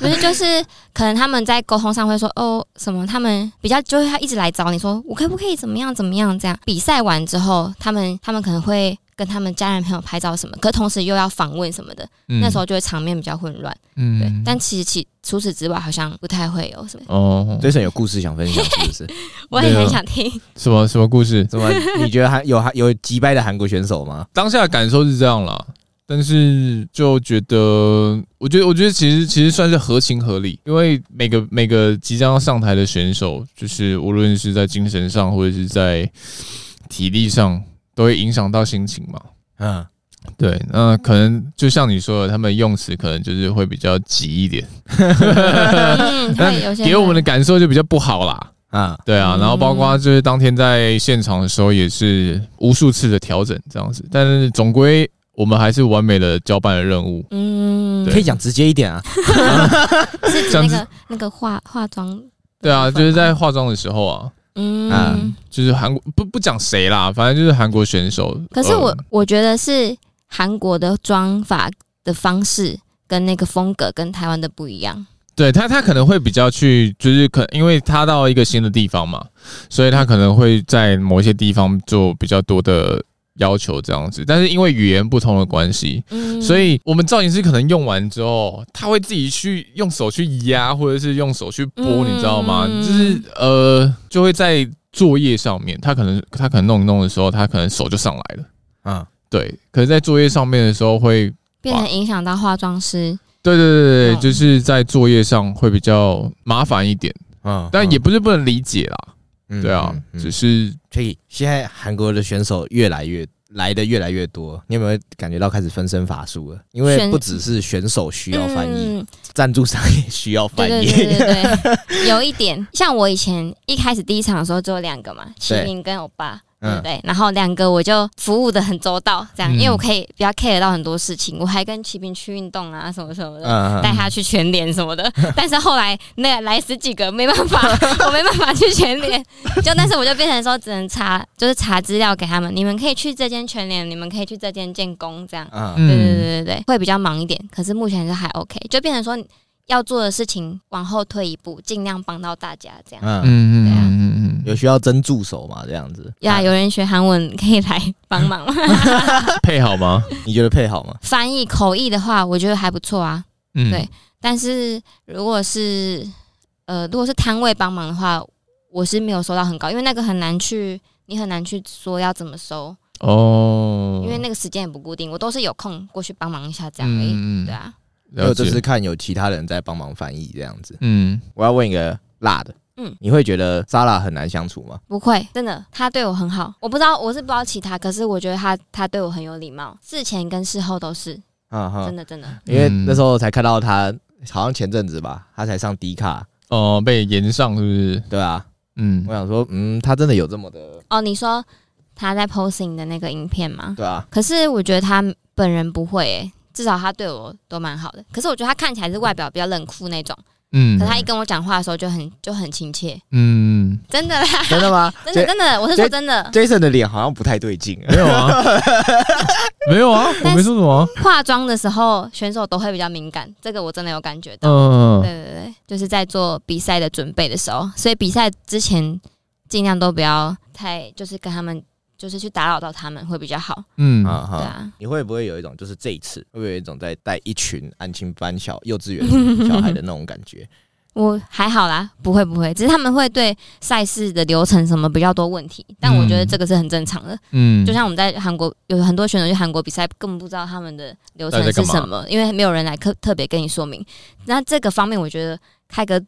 不是，就是可能他们在沟通上会说哦什么，他们比较就会他一直来找你说我可不可以怎么样怎么样这样。比赛完之后，他们他们可能会。跟他们家人朋友拍照什么，可同时又要访问什么的，那时候就会场面比较混乱。
嗯
对，但其实其除此之外好像不太会有什么，
哦，
Jason 有故事想分享是 不是？
我也
对
很
啊
想听。
什么什么故事？
怎么？你觉得韩有韩有击败的韩国选手吗？
当下的感受是这样啦，但是就觉得，我觉得，我觉得其实其实算是合情合理，因为每个每个即将要上台的选手，就是无论是在精神上或者是在体力上，都会影响到心情嘛。
嗯，
对，那可能就像你说的，他们用词可能就是会比较急一点，
嗯，会有些
啊给我们的感受就比较不好啦。
啊，
对啊，
嗯
然后包括就是当天在现场的时候，也是无数次的调整这样子，但是总归我们还是完美的交办了任务。
嗯，
对
可以讲直接一点啊。
这样
是指 那
子
个那个化化妆，
对啊，就是在化妆的时候啊，
嗯
嗯。
就是韩国不不讲谁啦，反正就是韩国选手。
可是我
嗯
呃
我觉得是韩国的妆法的方式跟那个风格跟台湾的不一样。
对他他可能会比较去，就是可因为他到一个新的地方嘛，所以他可能会在某一些地方做比较多的要求这样子。但是因为语言不同的关系，
嗯，
所以我们造型师可能用完之后，他会自己去用手去压，或者是用手去拨，
嗯
你知道吗？就是呃，就会在作业上面，他可能他可能弄一弄的时候，他可能手就上来了。
嗯，
对，可是，在作业上面的时候会，
变成影响到化妆师。
对对对对，
嗯
就是在作业上会比较麻烦一点，
嗯，
但也不是不能理解啦，
嗯
对啊
嗯，嗯
只是
所以现在韩国的选手越来越来的越来越多，你有没有感觉到开始分身乏术了？因为
选
不只是选手需要翻译，
嗯，
赞助商也需要翻
对对
译。
对对对， 有一点像我以前一开始第一场的时候只有两个嘛，麒麟跟欧巴，对不
嗯，
对？然后两个我就服务的很周到，这样，
嗯
因为我可以比较 care 到很多事情，我还跟骑兵去运动啊，什么什么的。
嗯
带他去全联什么的， 但是后来那来十几个没办 法，我没办法去全联，就但是我就变成说只能查，就是查资料给他们，你们可以去这间全联，你们可以去这间建工这样。
嗯
对对
嗯，
对对对，会比较忙一点，可是目前是还 OK，就变成说要做的事情往后退一步，尽量帮到大家这样。
嗯
嗯，
嗯
对啊
嗯嗯嗯，
有需要真助手嘛？这样子，啊
呀，有人学韩文可以来帮忙 吗？
配好吗？
你觉得配好吗？
翻译口译的话，我觉得还不错啊。
嗯，
对但是如果是呃，如果是摊位帮忙的话，我是没有收到很高，因为那个很难去，你很难去说要怎么收，
哦，
因为那个时间也不固定。我都是有空过去帮忙一下这样而已。
嗯嗯
对，啊，
因为
了
我这次
解，
看有其他人在帮忙翻译这样子。
嗯，
我要问一个辣的，
嗯
嗯，你会觉得莎拉很难相处吗？
不会，真的，他对我很好。我不知道，我是不知道其他，可是我觉得他他对我很有礼貌，事前跟事后都是
啊哈
真，的真的。
因为那时候才看到他，好像前阵子吧，他才上迪卡，
哦，被延上是不是？
对啊，
嗯
我，想说，嗯，他真的有这么的，
哦，你说他在 posing 的那个影片吗？
对 啊，
可是我觉得他本人不会、欸，至少他对我都蛮好的。可是我觉得他看起来是外表比较冷酷那种，
嗯
可是他一跟我讲话的时候就很就很亲切，
嗯，
真的啦，？
真的吗
真的真的，我是说真的。
J- Jason 的脸好像不太对劲，
没有 啊，没有啊，我
但是
没说什么啊，
化妆的时候，选手都会比较敏感，这个我真的有感觉到。
嗯，
对对对，就是在做比赛的准备的时候，所以比赛之前尽量都不要太就是跟他们就是去打扰到他们会比较好。
嗯
啊
对
哈。
啊，
你会不会有一种，就是 这一次会不会有一种在带一群安亲班小幼稚园小孩的那种感觉？
我还好啦，不会不会，只是他们会对赛事的流程什么比较多问题，但我觉得
嗯
这个是很正常的。
嗯，
就像我们在韩国有很多选手去韩国比赛，根本不知道他们的流程
大家
是
在干嘛
什么，因为没有人来特特别跟你说明。那这个方面，我觉得开哥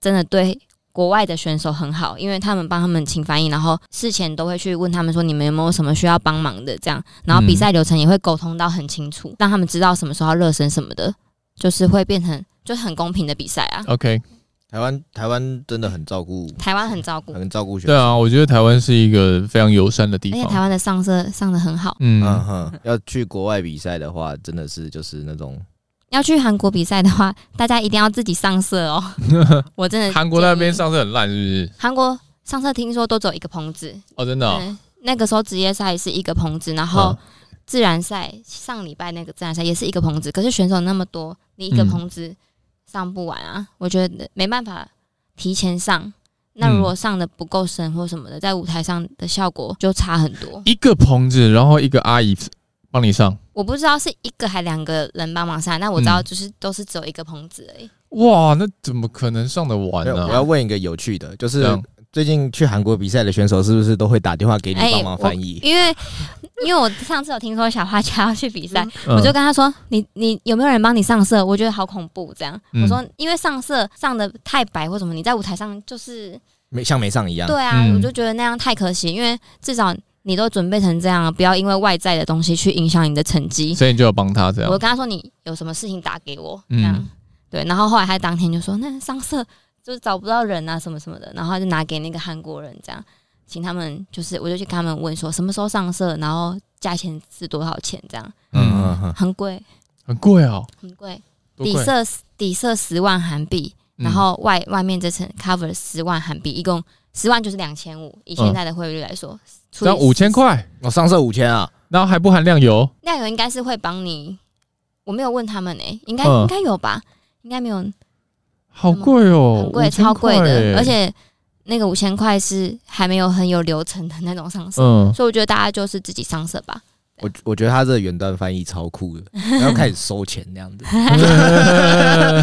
真的对国外的选手很好，因为他们帮他们请翻译，然后事前都会去问他们说你们有没有什么需要帮忙的这样，然后比赛流程也会沟通到很清
嗯
楚，让他们知道什么时候要热身什么的，就是会变成就很公平的比赛啊。
OK，
台湾台湾真的很照顾，
台湾很照顾，而
很照顾选
对
手。
啊，我觉得台湾是一个非常友善的地
且台
方。
湾的上色上的很好。
嗯
嗯，
哼，要去国外比赛的话，真的是就是那种
要去韩国比赛的话，大家一定要自己上色 哦。我真的
韩国那边
建议
上次很烂，是不是？
韩国上次听说都只有一个棚子，
哦，真的哦、
嗯，那个时候职业赛是一个棚子，然后
嗯
自然赛上礼拜那个自然赛也是一个棚子，可是选手那么多，你一个
嗯
棚子上不完啊，我觉得没办法提前上。那如果上的不够深或什么的，在舞台上的效果就差很多。
一个棚子，然后一个阿姨帮你上，
我不知道是一个还两个人帮忙上，但我知道
嗯
就是都是只有一个棚子而已。
哇，那怎么可能上得完啊
没有啊
呢、
我要问一个有趣的，就是
嗯
最近去韩国比赛的选手是不是都会打电话给你
哎
帮忙
我
翻译？
因为因为我上次有听说小花家要去比赛，
嗯
我就跟他说：“你你有没有人帮你上色？我觉得好恐怖。”这样、
嗯
我说：“因为上色上的太白或什么，你在舞台上就是
没像没上一样。
对啊，
嗯
我就觉得那样太可惜。因为至少你都准备成这样，啊不要因为外在的东西去影响你的成绩。
所以你就要帮他这
我就
样。
跟他说：“你有什么事情打给我。”
啊嗯
这样、对。然后后来他当天就说：“那上色就是找不到人啊，什么什么的。”然后他就拿给那个韩国人这样。请他们就是，我就去跟他们问说什么时候上色，然后价钱是多少钱，这样
嗯嗯嗯，
很贵，
很贵哦，
很贵。
多
底
贵
色底色十万韩币，
嗯
然后外外面这层 cover 十万韩币，一共十万就是两千五，以现在的汇率来说，
只要五千，块，
我上色五千啊，
然后还不含量油，
那有应该是会帮你，我没有问他们诶、应该、
嗯
应该有吧，应该没有很
好贵哦，
贵，
5000块
超贵的，
耶
而且那个五千块是还没有很有流程的那种上 色，
嗯，
所以我觉得大家就是自己上色吧。
我我觉得他这个远端翻译超 酷的，然后开始收钱那样子。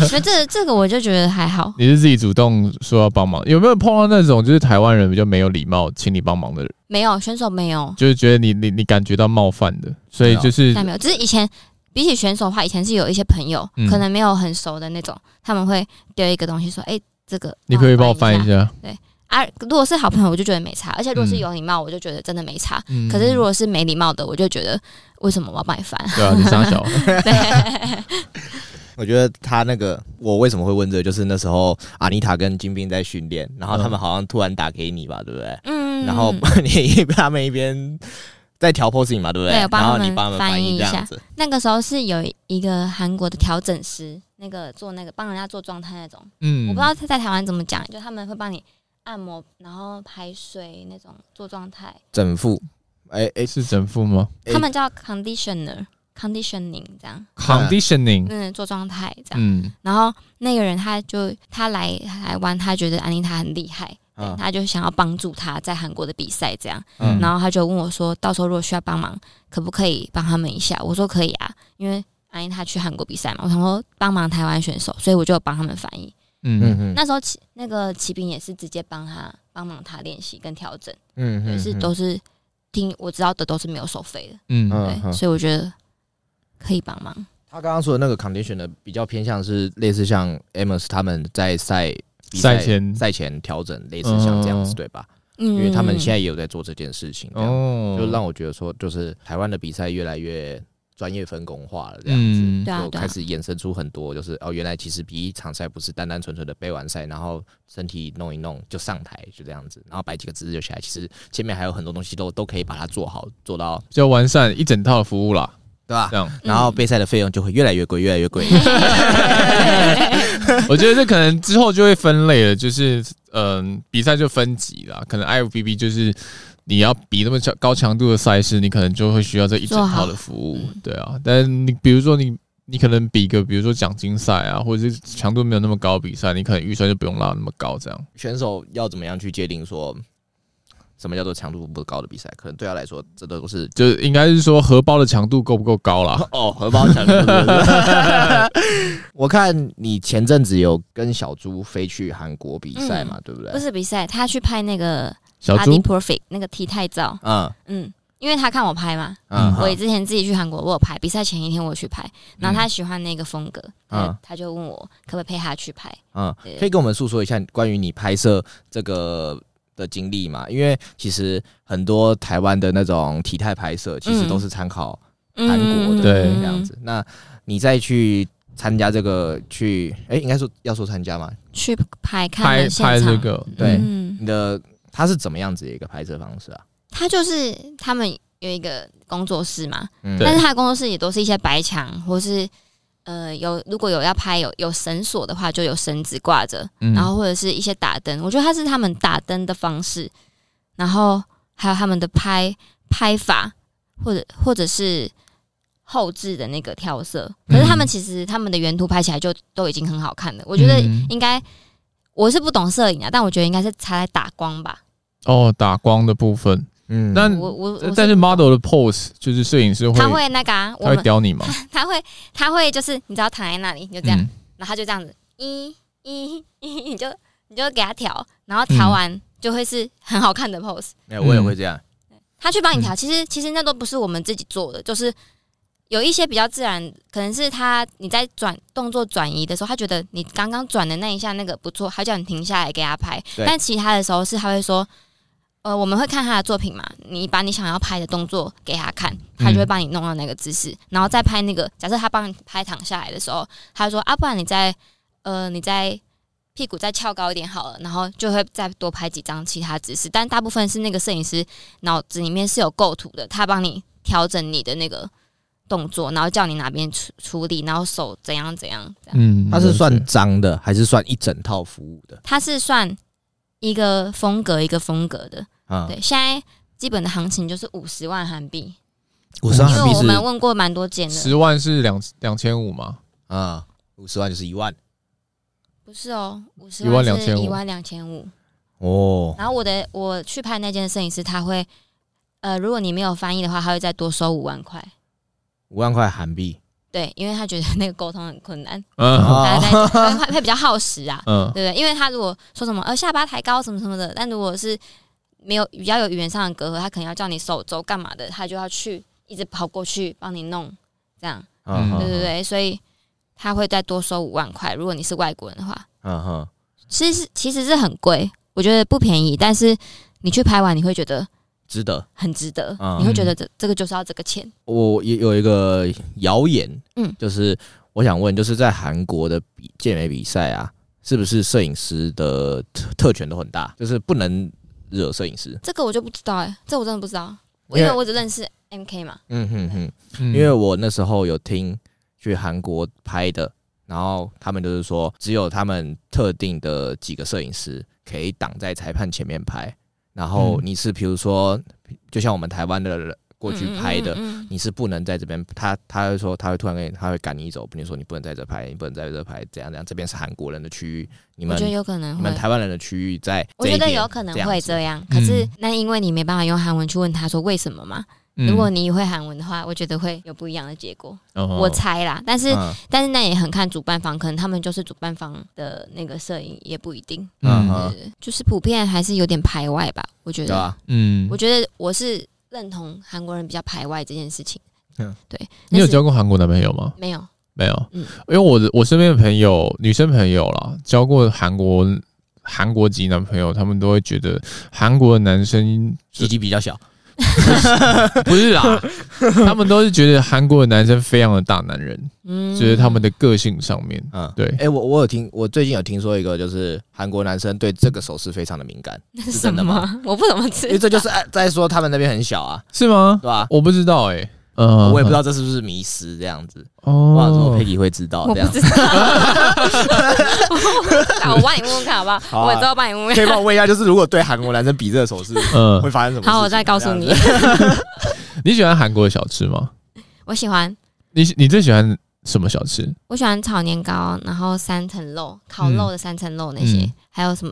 所 以这这个我就觉得还好，
你是自己主动说要帮忙，有没有碰到那种就是台湾人比较没有礼貌，请你帮忙的人，
没有选手没有，
就是觉得你你你感觉到冒犯的，所以就是
但没有，只是以前比起选手的话，以前是有一些朋友、
嗯
可能没有很熟的那种，他们会丢一个东西说：“哎、这个
你可以帮我
翻
翻一
下。
下，”
啊，如果是好朋友，我就觉得没差；而且如果是
嗯
有礼貌，我就觉得真的没差。
嗯
可是如果是没礼貌的，我就觉得为什么我要帮你 翻？
对啊，你傻小，
我觉得他那个，我为什么会问这个就是那时候阿妮塔跟金兵在训练，然后他们好像突然打给你吧，对不对？
嗯，
然后 你一边他们一边在调 posing 嘛，对不
对我帮
然后
他们
你帮他们
翻
翻
译
译
一
这
下
样子，
那个时候是有一个韩国的调整师，那个做那个帮人家做状态那种，
嗯
我不知道他在台湾怎么讲，就他们会帮你按摩，然后排水那种做状态。
整副。哎、哎、
是整副吗
诶
他们叫 conditioner conditioning 这样，
？Conditioning，
嗯，做状态这样。
嗯
然后那个人他就他来台湾，他觉得安妮塔很厉害，对
嗯
他就想要帮助他在韩国的比赛这样。
嗯
然后他就问我说，到时候如果需要帮忙，可不可以帮他们一下？我说可以啊，因为安妮塔去韩国比赛嘛，我想说帮忙台湾选手，所以我就有帮他们翻译。
嗯，
嗯
那时候起那个骑兵也是直接帮他帮忙他练习跟调整，
嗯
也是都是听我知道的都是没有收费的。
嗯嗯
嗯
对，所以我觉得可以帮忙。
他刚刚说的那个 condition 呢，比较偏向是类似像 Amos 他们在赛比
赛前
赛前调整，类似像这样子，
嗯
对吧？
嗯
因为他们现在也有在做这件事情，这样
哦，
就让我觉得说，就是台湾的比赛越来越专业分工化了，这样子。
嗯
对啊
就
对啊
开始衍生出很多，就是哦，原来其实比一场赛不是单单纯纯的背完赛，然后身体弄一弄就上台，就这样子，然后摆几个姿势就起来。其实前面还有很多东西都都可以把它做好，做到
嗯
比较完善一整套的服务啦，
对吧
这？样。
然后备赛的费用就会越来越贵，越来越
嗯
贵。
我觉得这可能之后就会分类了，就是嗯、比赛就分级啦。可能 IFBB 就是你要比那么强高强度的赛事，你可能就会需要这一整套的服务
做好，嗯
对啊。但你比如说你你可能比个比如说奖金赛啊，或者是强度没有那么高的比赛，你可能预算就不用拉那么高，这样。
选手要怎么样去界定说什么叫做强度不高的比赛？可能对他来说，这都是
就是
哦
哦应该是说荷包的强度够不够高啦。
哦，荷包强度。 我看你前阵子有跟小猪飞去韩国比赛嘛，对不对
嗯不？是比赛，他去拍那个
小猪
Body Perfect 那个体态照，
嗯
嗯，因为他看我拍嘛，
嗯，
我之前自己去韩国，我有拍比赛前一天我有去拍，然后他喜欢那个风格，
嗯
他他就问我可不可以陪他去拍。
嗯，
对
可以跟我们诉说一下关于你拍摄这个的经历吗？因为其实很多台湾的那种体态拍摄，其实
嗯
都是参考
嗯
韩国的
对
这样，子。那你再去参加这个去，哎、应该说要说参加吗？
去拍看
拍
了现
拍这
场
个，
对
嗯，
你的它是怎么样子的一个拍摄方式啊？
他就是他们有一个工作室嘛，
嗯，
对
但是他的工作室也都是一些白墙或是。呃，有如果有要拍有有绳索的话，就有绳子挂着，
嗯
然后或者是一些打灯，我觉得它是他们打灯的方式，然后还有他们的拍拍法，或者或者是后置的那个跳色。可是他们
嗯
其实他们的原图拍起来就都已经很好看了，我觉得
嗯
应该我是不懂摄影啊，但我觉得应该是差在打光吧。
哦打光的部分，
嗯
但
我我我
但
是
是 model 的 pose 就是摄影师会
他会那个、啊，我
他会
们
屌你吗？
他会他会就是你只要躺在那里你就这样，
嗯
然后他就这样子一一一，你就你就给他调，然后
嗯
调完就会是很好看的 pose。
哎我也会这样。
嗯他去帮你调，其实其实那都不是我们自己做的，就是有一些比较自然，可能是他你在转动作转移的时候，他觉得你刚刚转的那一下那个不错，他叫你停下来给他拍。
对
但其他的时候是他会说，呃，我们会看他的作品嘛，你把你想要拍的动作给他看，他就会帮你弄到那个姿势，然后再拍那个。假设他帮你拍躺下来的时候，他就说啊，不然你再呃你再。屁股再翘高一点好了，然后就会再多拍几张其他姿势，但大部分是那个摄影师脑子里面是有构图的，他帮你调整你的那个动作，然后叫你哪边处处理，然后手怎样怎样这样。
嗯
它是算
了解
张的，还是算一整套服务的？
它是算一个风格一个风格的，
啊，
对。现在基本的行情就是五十万韩币，
五十万
因
韩币
为我
是
们问过蛮多间的，
十万是两两千五嘛？
啊，五十万就是一万
不是哦，五十
12,500
一万两千五。
哦。
然后我的我去拍那间的摄影师，他会呃，如果你没有翻译的话，他会再多收五万块。
五万块韩币
对，因为他觉得那个沟通很困难，
嗯
哦
他在会会比较耗时啊。
嗯
对不对？因为他如果说什么呃下巴抬高什么什么的，但如果是没有比较有语言上的隔阂，他可能要叫你手肘干嘛的，他就要去一直跑过去帮你弄，这样
嗯
嗯
对对对，所以他会再多收五万块，如果你是外国人的话，
嗯哼，
其实其实是很贵，我觉得不便宜，但是你去拍完你会觉得
值得。
很值得，
嗯
你会觉得这这个就是要这个钱，
我也有一个谣言，
嗯
就是我想问，就是在韩国的比健美比赛啊，是不是摄影师的特特权都很大，就是不能惹摄影师？
这个我就不知道哎、这我真的不知道，
因为
因为我只认识 M K 嘛，
嗯哼哼，
嗯
因为我那时候有听去韩国拍的，然后他们就是说，只有他们特定的几个摄影师可以挡在裁判前面拍，然后
嗯
你是比如说，就像我们台湾的人过去
嗯
拍的，
嗯嗯嗯
你是不能在这边，他他会说他会突然跟你，他会赶你走，跟你说你不能在这拍，你不能在这拍，怎样怎样，这边是韩国人的区域，你
我
们
觉得有可能
你
会
们。台湾人的区域在
我
这
觉
一边，
得有可能会
样
这
子。
样，可是
嗯
那因为你没办法用韩文去问他说为什么嘛。
嗯
如果你会韩文的话，我觉得会有不一样的结果，
哦
我猜啦。但是、
嗯
但是那也很看主办方，可能他们就是主办方的那个摄影也不一定，
嗯
嗯
哼，
对就是普遍还是有点排外吧。我觉
对啊
得，
吧？
嗯
我，觉得我是认同韩国人比较排外这件事情。
嗯
对，
你有
但是
交过韩国男朋友吗？
没有？
没有，
嗯
因为我的我身边的朋友，女生朋友啦，交过韩国韩国籍男朋友，他们都会觉得韩国的男生
体积比较小，
不是啦，他们都是觉得韩国的男生非常的大男人，
嗯，
就是他们的个性上面，
嗯，
对
哎、我我有听，我最近有听说一个，就是韩国男生对这个手势非常的敏 感，
那
是
是
真
什
的吗
么？我不怎么知
因为这就是哎在说他们那边很小啊，
是吗
对？吧？
我不知道哎、嗯，
我也不知道这是不是迷失这样子，不知道怎么
哦
佩，奇会知道
我
这
不
样子。
知道， 那我帮你问问看好不好？
好啊
我也之后帮你问问
可。以帮我问一下，就是如果对韩国男生比这个手势，会
嗯，
发生什么事情？
好，我再告
这
诉
样子
你，
你喜欢韩国的小吃吗？
我喜欢
你你最喜欢什么小吃？
我喜欢炒年糕，然后三层肉、烤肉的三层肉那些，
嗯
还有什么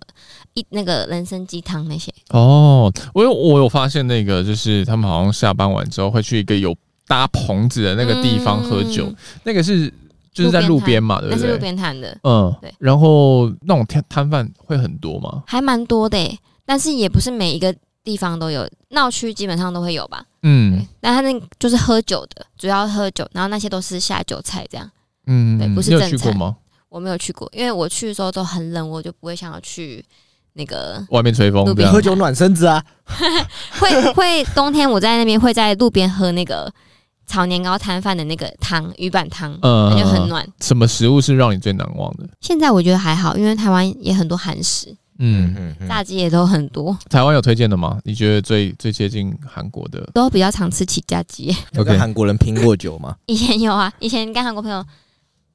一那个人参鸡汤那些。
哦，我有我有发现那个，就是他们好像下班完之后会去一个有搭棚子的那个地方喝酒，
嗯
那个是就是在路
路边摊
边嘛，对
那
不
是路
对？
边摊的，
嗯
对，
然后那种摊摊贩会很多吗？
还蛮多的欸，但是也不是每一个地方都有，闹区基本上都会有吧。
嗯
但他那个就是喝酒的，主要喝酒，然后那些都是下酒菜这样。
嗯，
对不是
你有
正
去过
餐
吗？
我没有去过，因为我去的时候都很冷，我就不会想要去那个
外面吹风
路
这
边
样
喝，酒暖身子啊，
会 会冬天我在那边会在路边喝那个炒年糕摊贩的那个汤鱼板汤，
嗯
感觉很暖。
什么食物是让你最难忘的？
现在我觉得还好，因为台湾也很多韩食，
嗯，
嗯嗯，
炸鸡也都很多，
台湾有推荐的吗？你觉得最最接近韩国的
都比较常吃起家鸡。
有跟
OK
韩国人拼过酒吗？
以前有啊，以前跟韩国朋友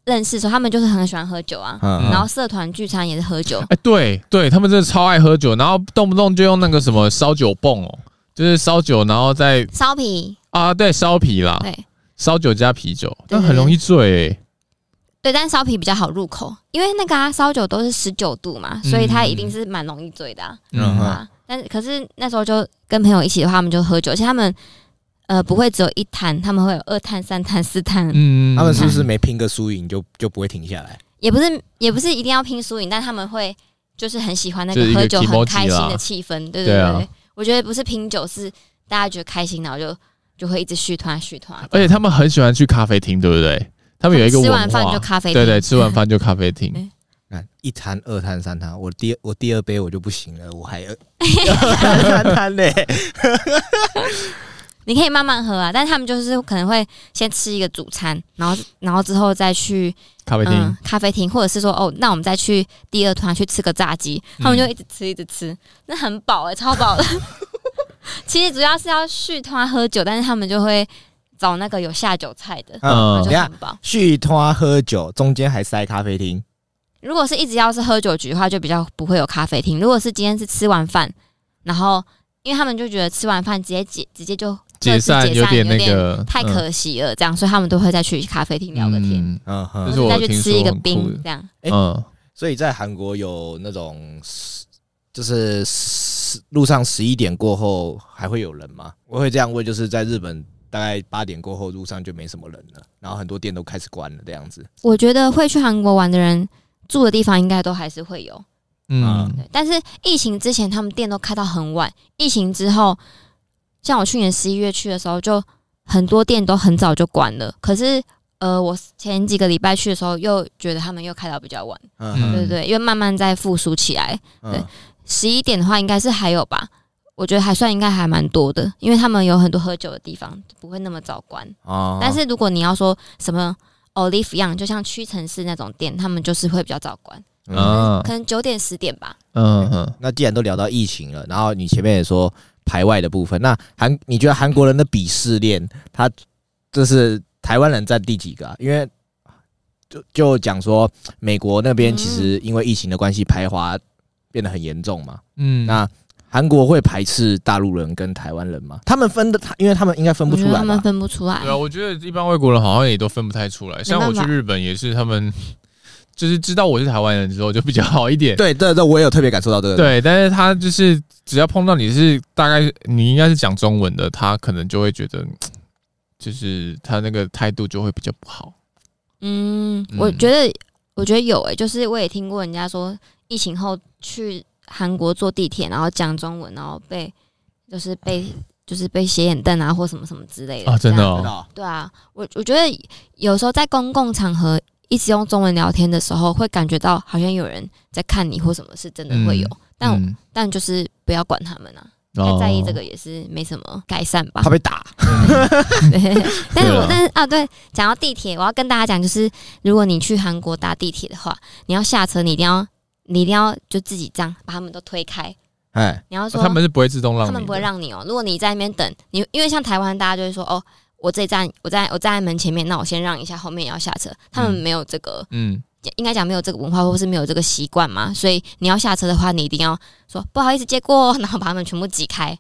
认识的时候，他们就是很喜欢喝酒啊，
嗯，
然后社团聚餐也是 喝酒，
哎、对对，他们真的超爱喝酒，然后动不动就用那个什么烧酒泵哦，就是烧酒，然后再
烧皮
啊，对，烧啤啦，
对
烧酒加啤酒，
对
但很容易醉、欸。
对，但烧啤比较好入口，因为那个啊烧酒都是十九度嘛，所以它一定是蛮容易醉的、啊。
嗯
嗯
对啊，但可是那时候就跟朋友一起的话，他们就喝酒，而且他们呃不会只有一摊，他们会有二摊、三摊、四摊，
嗯
他们是不是没拼个输赢就就不会停下来？
也不是也不是一定要拼输赢，但他们会就是很喜欢那
就是一
个
个
喝酒
kimoji
很开心
啦
的气氛，对对
啊对啊
对我觉得不是拼酒，是大家觉得开心，然后就就会一直续团续团。
而且他们很喜欢去咖啡厅，对不对？他们有一个
哦吃
文
完饭
化
就，咖啡厅，
对对，吃完饭就咖啡厅。
嗯
看一摊、二摊、三摊，我第我第二杯我就不行了，我还二 三摊嘞。
你可以慢慢喝啊，但是他们就是可能会先吃一个主餐，然后然后之后再去
咖啡厅、
嗯咖啡厅，或者是说哦，那我们再去第二团去吃个炸鸡，
嗯
他们就一直吃一直吃，那很饱哎、超饱的。 其实主要是要续团喝酒，但是他们就会找那个有下酒菜的，
嗯
然
嗯，
后
等
就
一下
很饱。
续拖喝酒，中间还塞咖啡厅，
如果是一直要是喝酒局的话，就比较不会有咖啡厅。如果是今天是吃完饭，然后因为他们就觉得吃完饭直接解直接就各
解
自
散
解
点
散
那
有点
个
太可惜了，这样，所以他们都会再去咖啡厅聊个天，
嗯
嗯
这
然
是
哼，
我
后再去
听
吃
说
一个
很酷的
冰，这样。
哎
嗯
所以在韩国有那种十就是十路上十一点过后还会有人吗？我会这样问，就是在日本大概八点过后路上就没什么人了，然后很多店都开始关了这样子。
我觉得会去韩国玩的人住的地方应该都还是会有，
嗯
对。但是疫情之前他们店都开到很晚，疫情之后，像我去年十一月去的时候，就很多店都很早就关了。可是呃，我前几个礼拜去的时候，又觉得他们又开到比较晚，
嗯
嗯
哼
对对对，因为慢慢在复苏起来。对十一点的话，应该是还有吧。我觉得还算应该还蛮多的，因为他们有很多喝酒的地方，不会那么早关。
啊
但是如果你要说什么 Olive Young，就像屈臣氏那种店，他们就是会比较早关，
啊
可能九点十点吧。
嗯嗯，
那既然都聊到疫情了，然后你前面也说排外的部分，那韩你觉得韩国人的鄙视链，他这是台湾人占第几个啊、因为就就讲说美国那边其
嗯
实因为疫情的关系排华变得很严重嘛，
嗯
那韩国会排斥大陆人跟台湾人吗？他们分的，因为他们应该分不
我觉
出
得
来
嗯他们
吧？
分不出来
对。啊，我觉得一般外国人好像也都分不太出来。像我
办
去
法
日本也是，他们就是知道我是台湾人之后就比较好一点。
对对对，我也有特别感受到这个。，
对，但是他就是只要碰到你是大概你应该是讲中文的，他可能就会觉得，嗯就是他那个态度就会比较不好。
嗯
嗯，
我觉得我觉得有诶、就是我也听过人家说，疫情后去韩国坐地铁，然后讲中文，然后被就是被就是被斜眼瞪啊，或什么什么之类的
啊真的
这样
哦
知道
对啊，我我觉得有时候在公共场合一直用中文聊天的时候，会感觉到好像有人在看你或什么，是真的会有。但我
嗯
但就是不要管他们啊，
哦
太在意这个也是没什么改善吧
怕。被打。
对， 但
对
是
啊
我但是啊，对，讲到地铁，我要跟大家讲，就是如果你去韩国搭地铁的话，你要下车，你一定要你一定要就自己这样把他们都推开，
哎，
你要
哦
说
他们是不会自动让
他们
你
不会
的
让你哦、如果你在那边等，你因为像台湾，大家就会说哦，我这一站我在我站在门前面，那我先让一下，后面也要下车。他们
嗯
没有这个，
嗯
应该讲没有这个文化，或是没有这个习惯嘛。所以你要下车的话，你一定要说不好意思借过哦， 然后把他们全部挤开。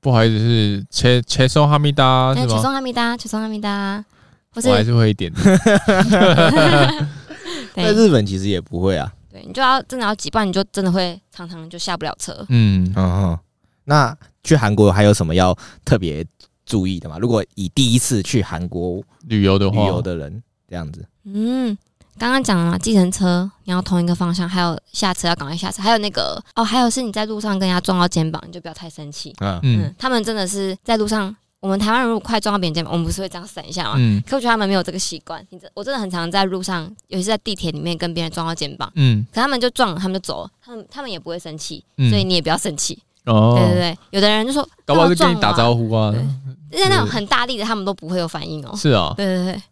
不好意思是切切松哈密达
那
啊是
求
吗？
送阿弥达，求送阿弥达，或是
我 还是会一点的。
在
对
日本其实也不会啊。
对，你就要真的要挤，不然你就真的会常常就下不了车。
嗯，
嗯哼，那去韩国还有什么要特别注意的吗？如果以第一次去韩国
旅游的
旅
话，
游的人，这样子。
嗯，刚刚讲了嘛，计程车你要同一个方向，还有下车要赶快下车，还有那个哦，还有是你在路上跟人家撞到肩膀，你就不要太生气。
嗯，
嗯
嗯，他们真的是在路上，我们台湾人如果快撞到别人肩膀，我们不是会这样闪一下吗？
嗯
可我觉得他们没有这个习惯。你这我真的很常在路上，尤其是在地铁里面跟别人撞到肩膀，
嗯
可他们就撞了，他们就走了，他们他们也不会生气，
嗯，
所以你也不要生气。
哦，
对对对，有的人就说，哦
搞不好是跟你打
呼，
招呼啊，
但那种很大力的，他们都不会有反应哦。
是啊，
对对对，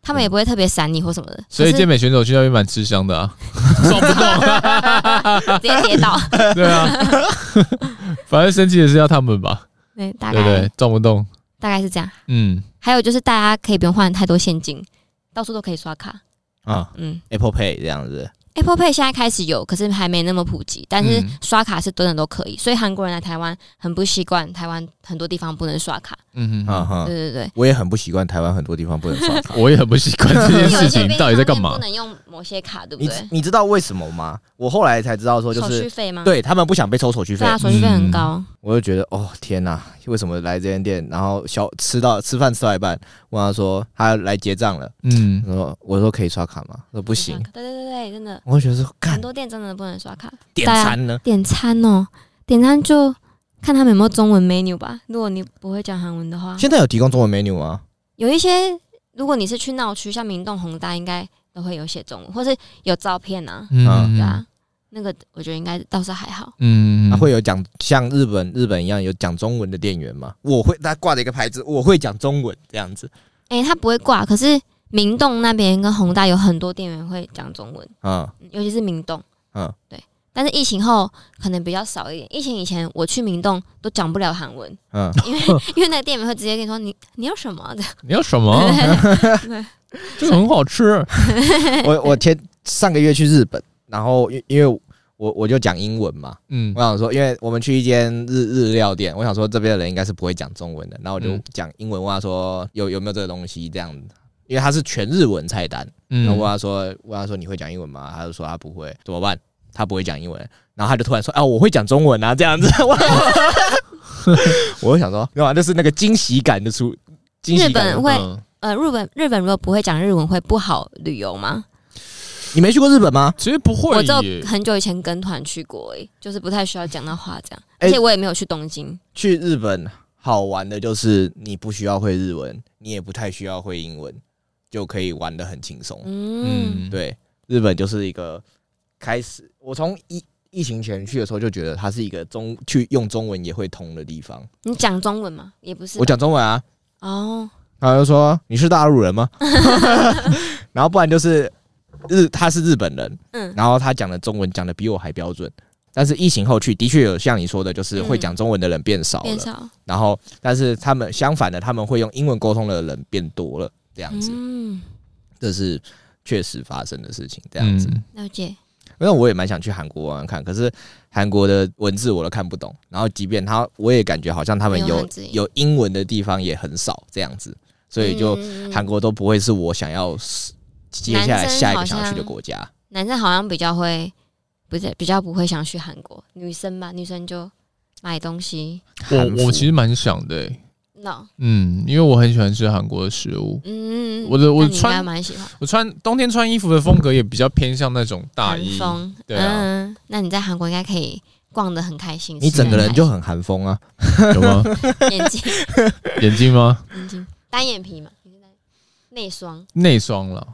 他们也不会特别闪你或什么的，
所以
可
健
是
美选手去那边蛮吃香的啊，撞不动，
直接 跌倒。
对啊，反正生气的是要他们吧，
对，大
对
概
不对？撞不动，
大概是这样。
嗯，
还有就是大家可以不用换太多现金，到处都可以刷卡。
啊
嗯
，Apple Pay 这样子，
，Apple Pay 现在开始有，可是还没那么普及。但是
嗯
刷卡是等等都可以，所以韩国人来台湾很不习惯，台湾很多地方不能刷卡。
嗯
啊
哼，
哈
对，对对。
我也很不习惯台湾很多地方不能 刷卡。
我也很不习惯这件
有一
事
些
情
便利
到底在干
商
嘛
店不。能用某些卡，对不
你
对？
你知道为什么吗？我后来才知道说，就
手续
是
费吗？，
对他们不想被收手续费
对，啊，手续费很
嗯
高。
我就觉得哦天哪，为什么来这间店，然后小吃到吃饭吃到一半，问他说他来结账了，
嗯，
我说我说可以刷卡吗？他说不
刷
行
卡，对对对对，真的
我就觉得说
嗯很
干
多店真的不能刷卡。
点餐呢，
点餐哦，点餐就看他们有没有中文 menu 吧。如果你不会讲韩文的话，
现在有提供中文 menu 吗？
有一些，如果你是去闹区，像明洞、宏大，应该都会有写中文，或是有照片啊，
嗯
对啊，那个我觉得应该倒是还好。
嗯
那、会有讲像日本日本一样有讲中文的店员吗？我会，他挂着一个牌子，我会讲中文这样子，
诶、它不会挂，可是明洞那边跟宏大有很多店员会讲中文，
嗯
嗯尤其是明洞。
嗯，
对。但是疫情后可能比较少一点。疫情以前我去明洞都讲不了韩文，
嗯，
因为因为那个店员会直接跟你说你你要什么的，
你要什
哦
么？这个很好吃。
我我前上个月去日本，然后因因为我我就讲英文嘛，
嗯
我想说，因为我们去一间日日料店，我想说这边的人应该是不会讲中文的，然后我就
嗯
讲英文问他说有有没有这个东西这样子，因为他是全日文菜单，然后问
嗯，
他说问他说你会讲英文吗？他就说他不会，怎么办？他不会讲英文，然后他就突然说啊我会讲中文啊这样子， 我我就想说，干嘛？啊就是那个惊喜感的出惊喜
日
感
本
的。
会
嗯
呃日本日本如果不会讲日文会不好旅游吗？
你没去过日本吗？
其实不会
我就
耶，
很久以前跟团去过、诶，就是不太需要讲到话这样，
哎
而且我也没有去东京。
去日本好玩的就是你不需要会日文，你也不太需要会英文，就可以玩的很轻松。
嗯，
嗯，
对，日本就是一个开始，我从疫疫情前去的时候就觉得它是一个中去用中文也会通的地方。
你讲中文吗？也不是吧，
我讲中文啊，
哦，
他就说你是大陆人吗？ 然后不然就是日他是日本人，
嗯
然后他讲的中文讲的比我还标准。但是疫情后去，的确有像你说的，就是会讲中文的人变少了。
嗯变少，
然后，但是他们相反的，他们会用英文沟通的人变多了，这样子，
嗯，
这是确实发生的事情。这
这
样子，
了解，
因为我也蛮想去韩国玩玩看，可是韩国的文字我都看不懂。然后即便他，我也感觉好像他们
没有
有
汉字
有英文的地方也很少这样子，所以就
嗯
韩国都不会是我想要 s- 接下来
男生
下一个
好像
想要去的国家。
男生好像比较会，不是比较不会想去韩国，女生吧，女生就买东西
韩服
我我其实蛮想的欸，
，no，
嗯，因为我很喜欢吃韩国的食物。
嗯，
我的我
那你应该
穿
蛮喜欢
我穿冬天穿衣服的风格也比较偏向那种大
韩
衣，
风，
对啊
嗯，那你在韩国应该可以逛的很开心，
你
吃得
整个人
很
就很韩风啊！
有吗？
开心眼睛
眼镜吗？
眼睛单眼皮嘛，你是单内双
内双了，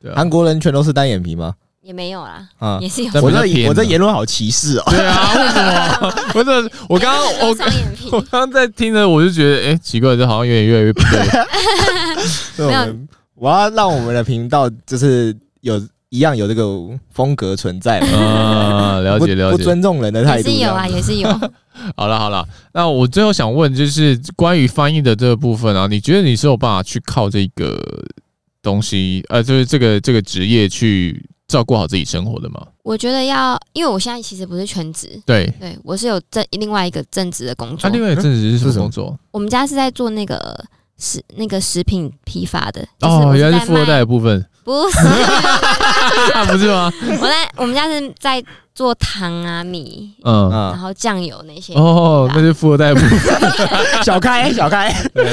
对啊
韩，国人全都是单眼皮吗？
也没有啦，
啊、
也是有
但
我
比较
这
偏
我这
啊
言论好歧视哦。
对啊，为什么？ 我这我刚
也
刚
有
我
双眼皮
我刚刚在听着，我就觉得，哎、奇怪，这好像有点越来越不 对。
对我们我要让我们的频道就是有一样有这个风格存在嘛，
啊，了解
不
了
不
解。
尊重人的态
也
度。
是有啊，也是有。
好了好了，那我最后想问，就是关于翻译的这个部分啊，你觉得你是有办法去靠这个东西，呃，就是这个这个职业去照顾好自己生活的吗？
我觉得要，因为我现在其实不是全职，
对。
对我是有正另外一个正职的工
那、
作。
啊另外一个正职是什
是
么
什么
工作？
我们家是在做那个食那个食品批发的。就是我
哦，
是
原来
在
是富二
卖
代的部分
不是，
啊，不是吗？
我在我们家是在做糖啊、米，
嗯，
啊
然
嗯，
后酱油那些。
哦，那是富二代的部分。
小开小开
对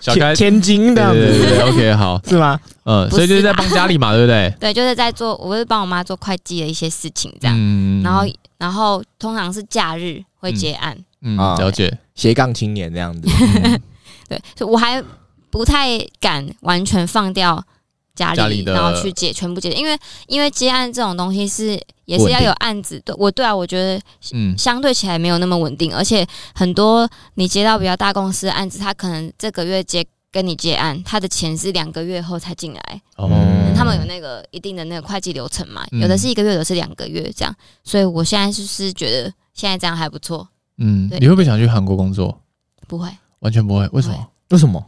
小 开，对
千金这样
对对
子
对，OK，好，
是吗？
嗯，
不
所以就是
是啊
在
吧
帮家里嘛，对不对？
对，就是在做，我会帮我妈做会计的一些事情 这样。
嗯
然后，然后通常是假日会结案。
嗯，
啊
了 解，
斜杠青年这样 子，
嗯
对，所以我还不太敢完全放掉家里，
家里的
然后去解全部解，因为因为接案这种东西是也
不
是
稳
要
定
有案子的。我对啊，我觉得
嗯，
相对起来没有那么稳定，而且很多你接到比较大公司的案子，他可能这个月接。跟你接案，他的钱是两个月后才进来，
哦，
他们有那个一定的那个会计流程嘛，
嗯
有的是一个月，有的是两个月这样，所以我现在就是觉得现在这样还不错，
嗯，
对
你会不会想去韩国工作？
不会。
完全不会，为什么？
为什么？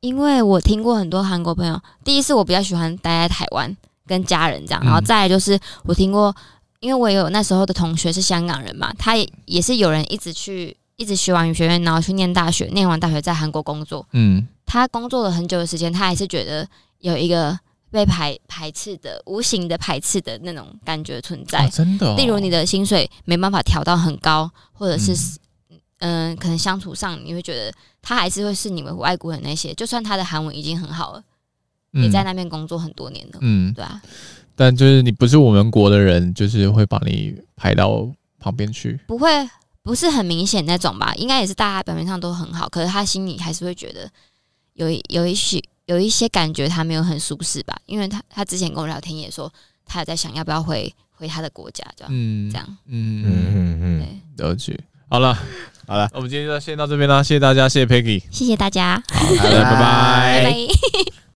因为我听过很多韩国朋友，第一是我比较喜欢待在台湾跟家人这样，
嗯
然后再来就是我听过，因为我也有那时候的同学是香港人嘛，他也
嗯
也是有人一直去一直学完语学院，然后去念大学，念完大学在韩国工作，
嗯，
他工作了很久的时间，他还是觉得有一个被排排斥的无形的排斥的那种感觉存在
啊，真的哦，
例如你的薪水没办法调到很高，或者是
嗯
嗯、可能相处上你会觉得他还是会视你为外国人那些，就算他的韩文已经很好了，也在
嗯
那边工作很多年了，
嗯，
对啊，
但就是你不是我们国的人，就是会把你排到旁边去。
不会不是很明显那种吧？应该也是大家表面上都很好，可是他心里还是会觉得有一有一些有一些感觉他没有很舒适吧，因为他他之前跟我聊天也说他有在想要不要回回他的国家，对吧？
嗯
这，样
嗯，
嗯嗯嗯，
对，
了解。好了，
好了，
我们
嗯
今天就先到这边啦，谢谢大家，谢谢 Peggy，
谢谢大家，
好，拜拜。
拜拜。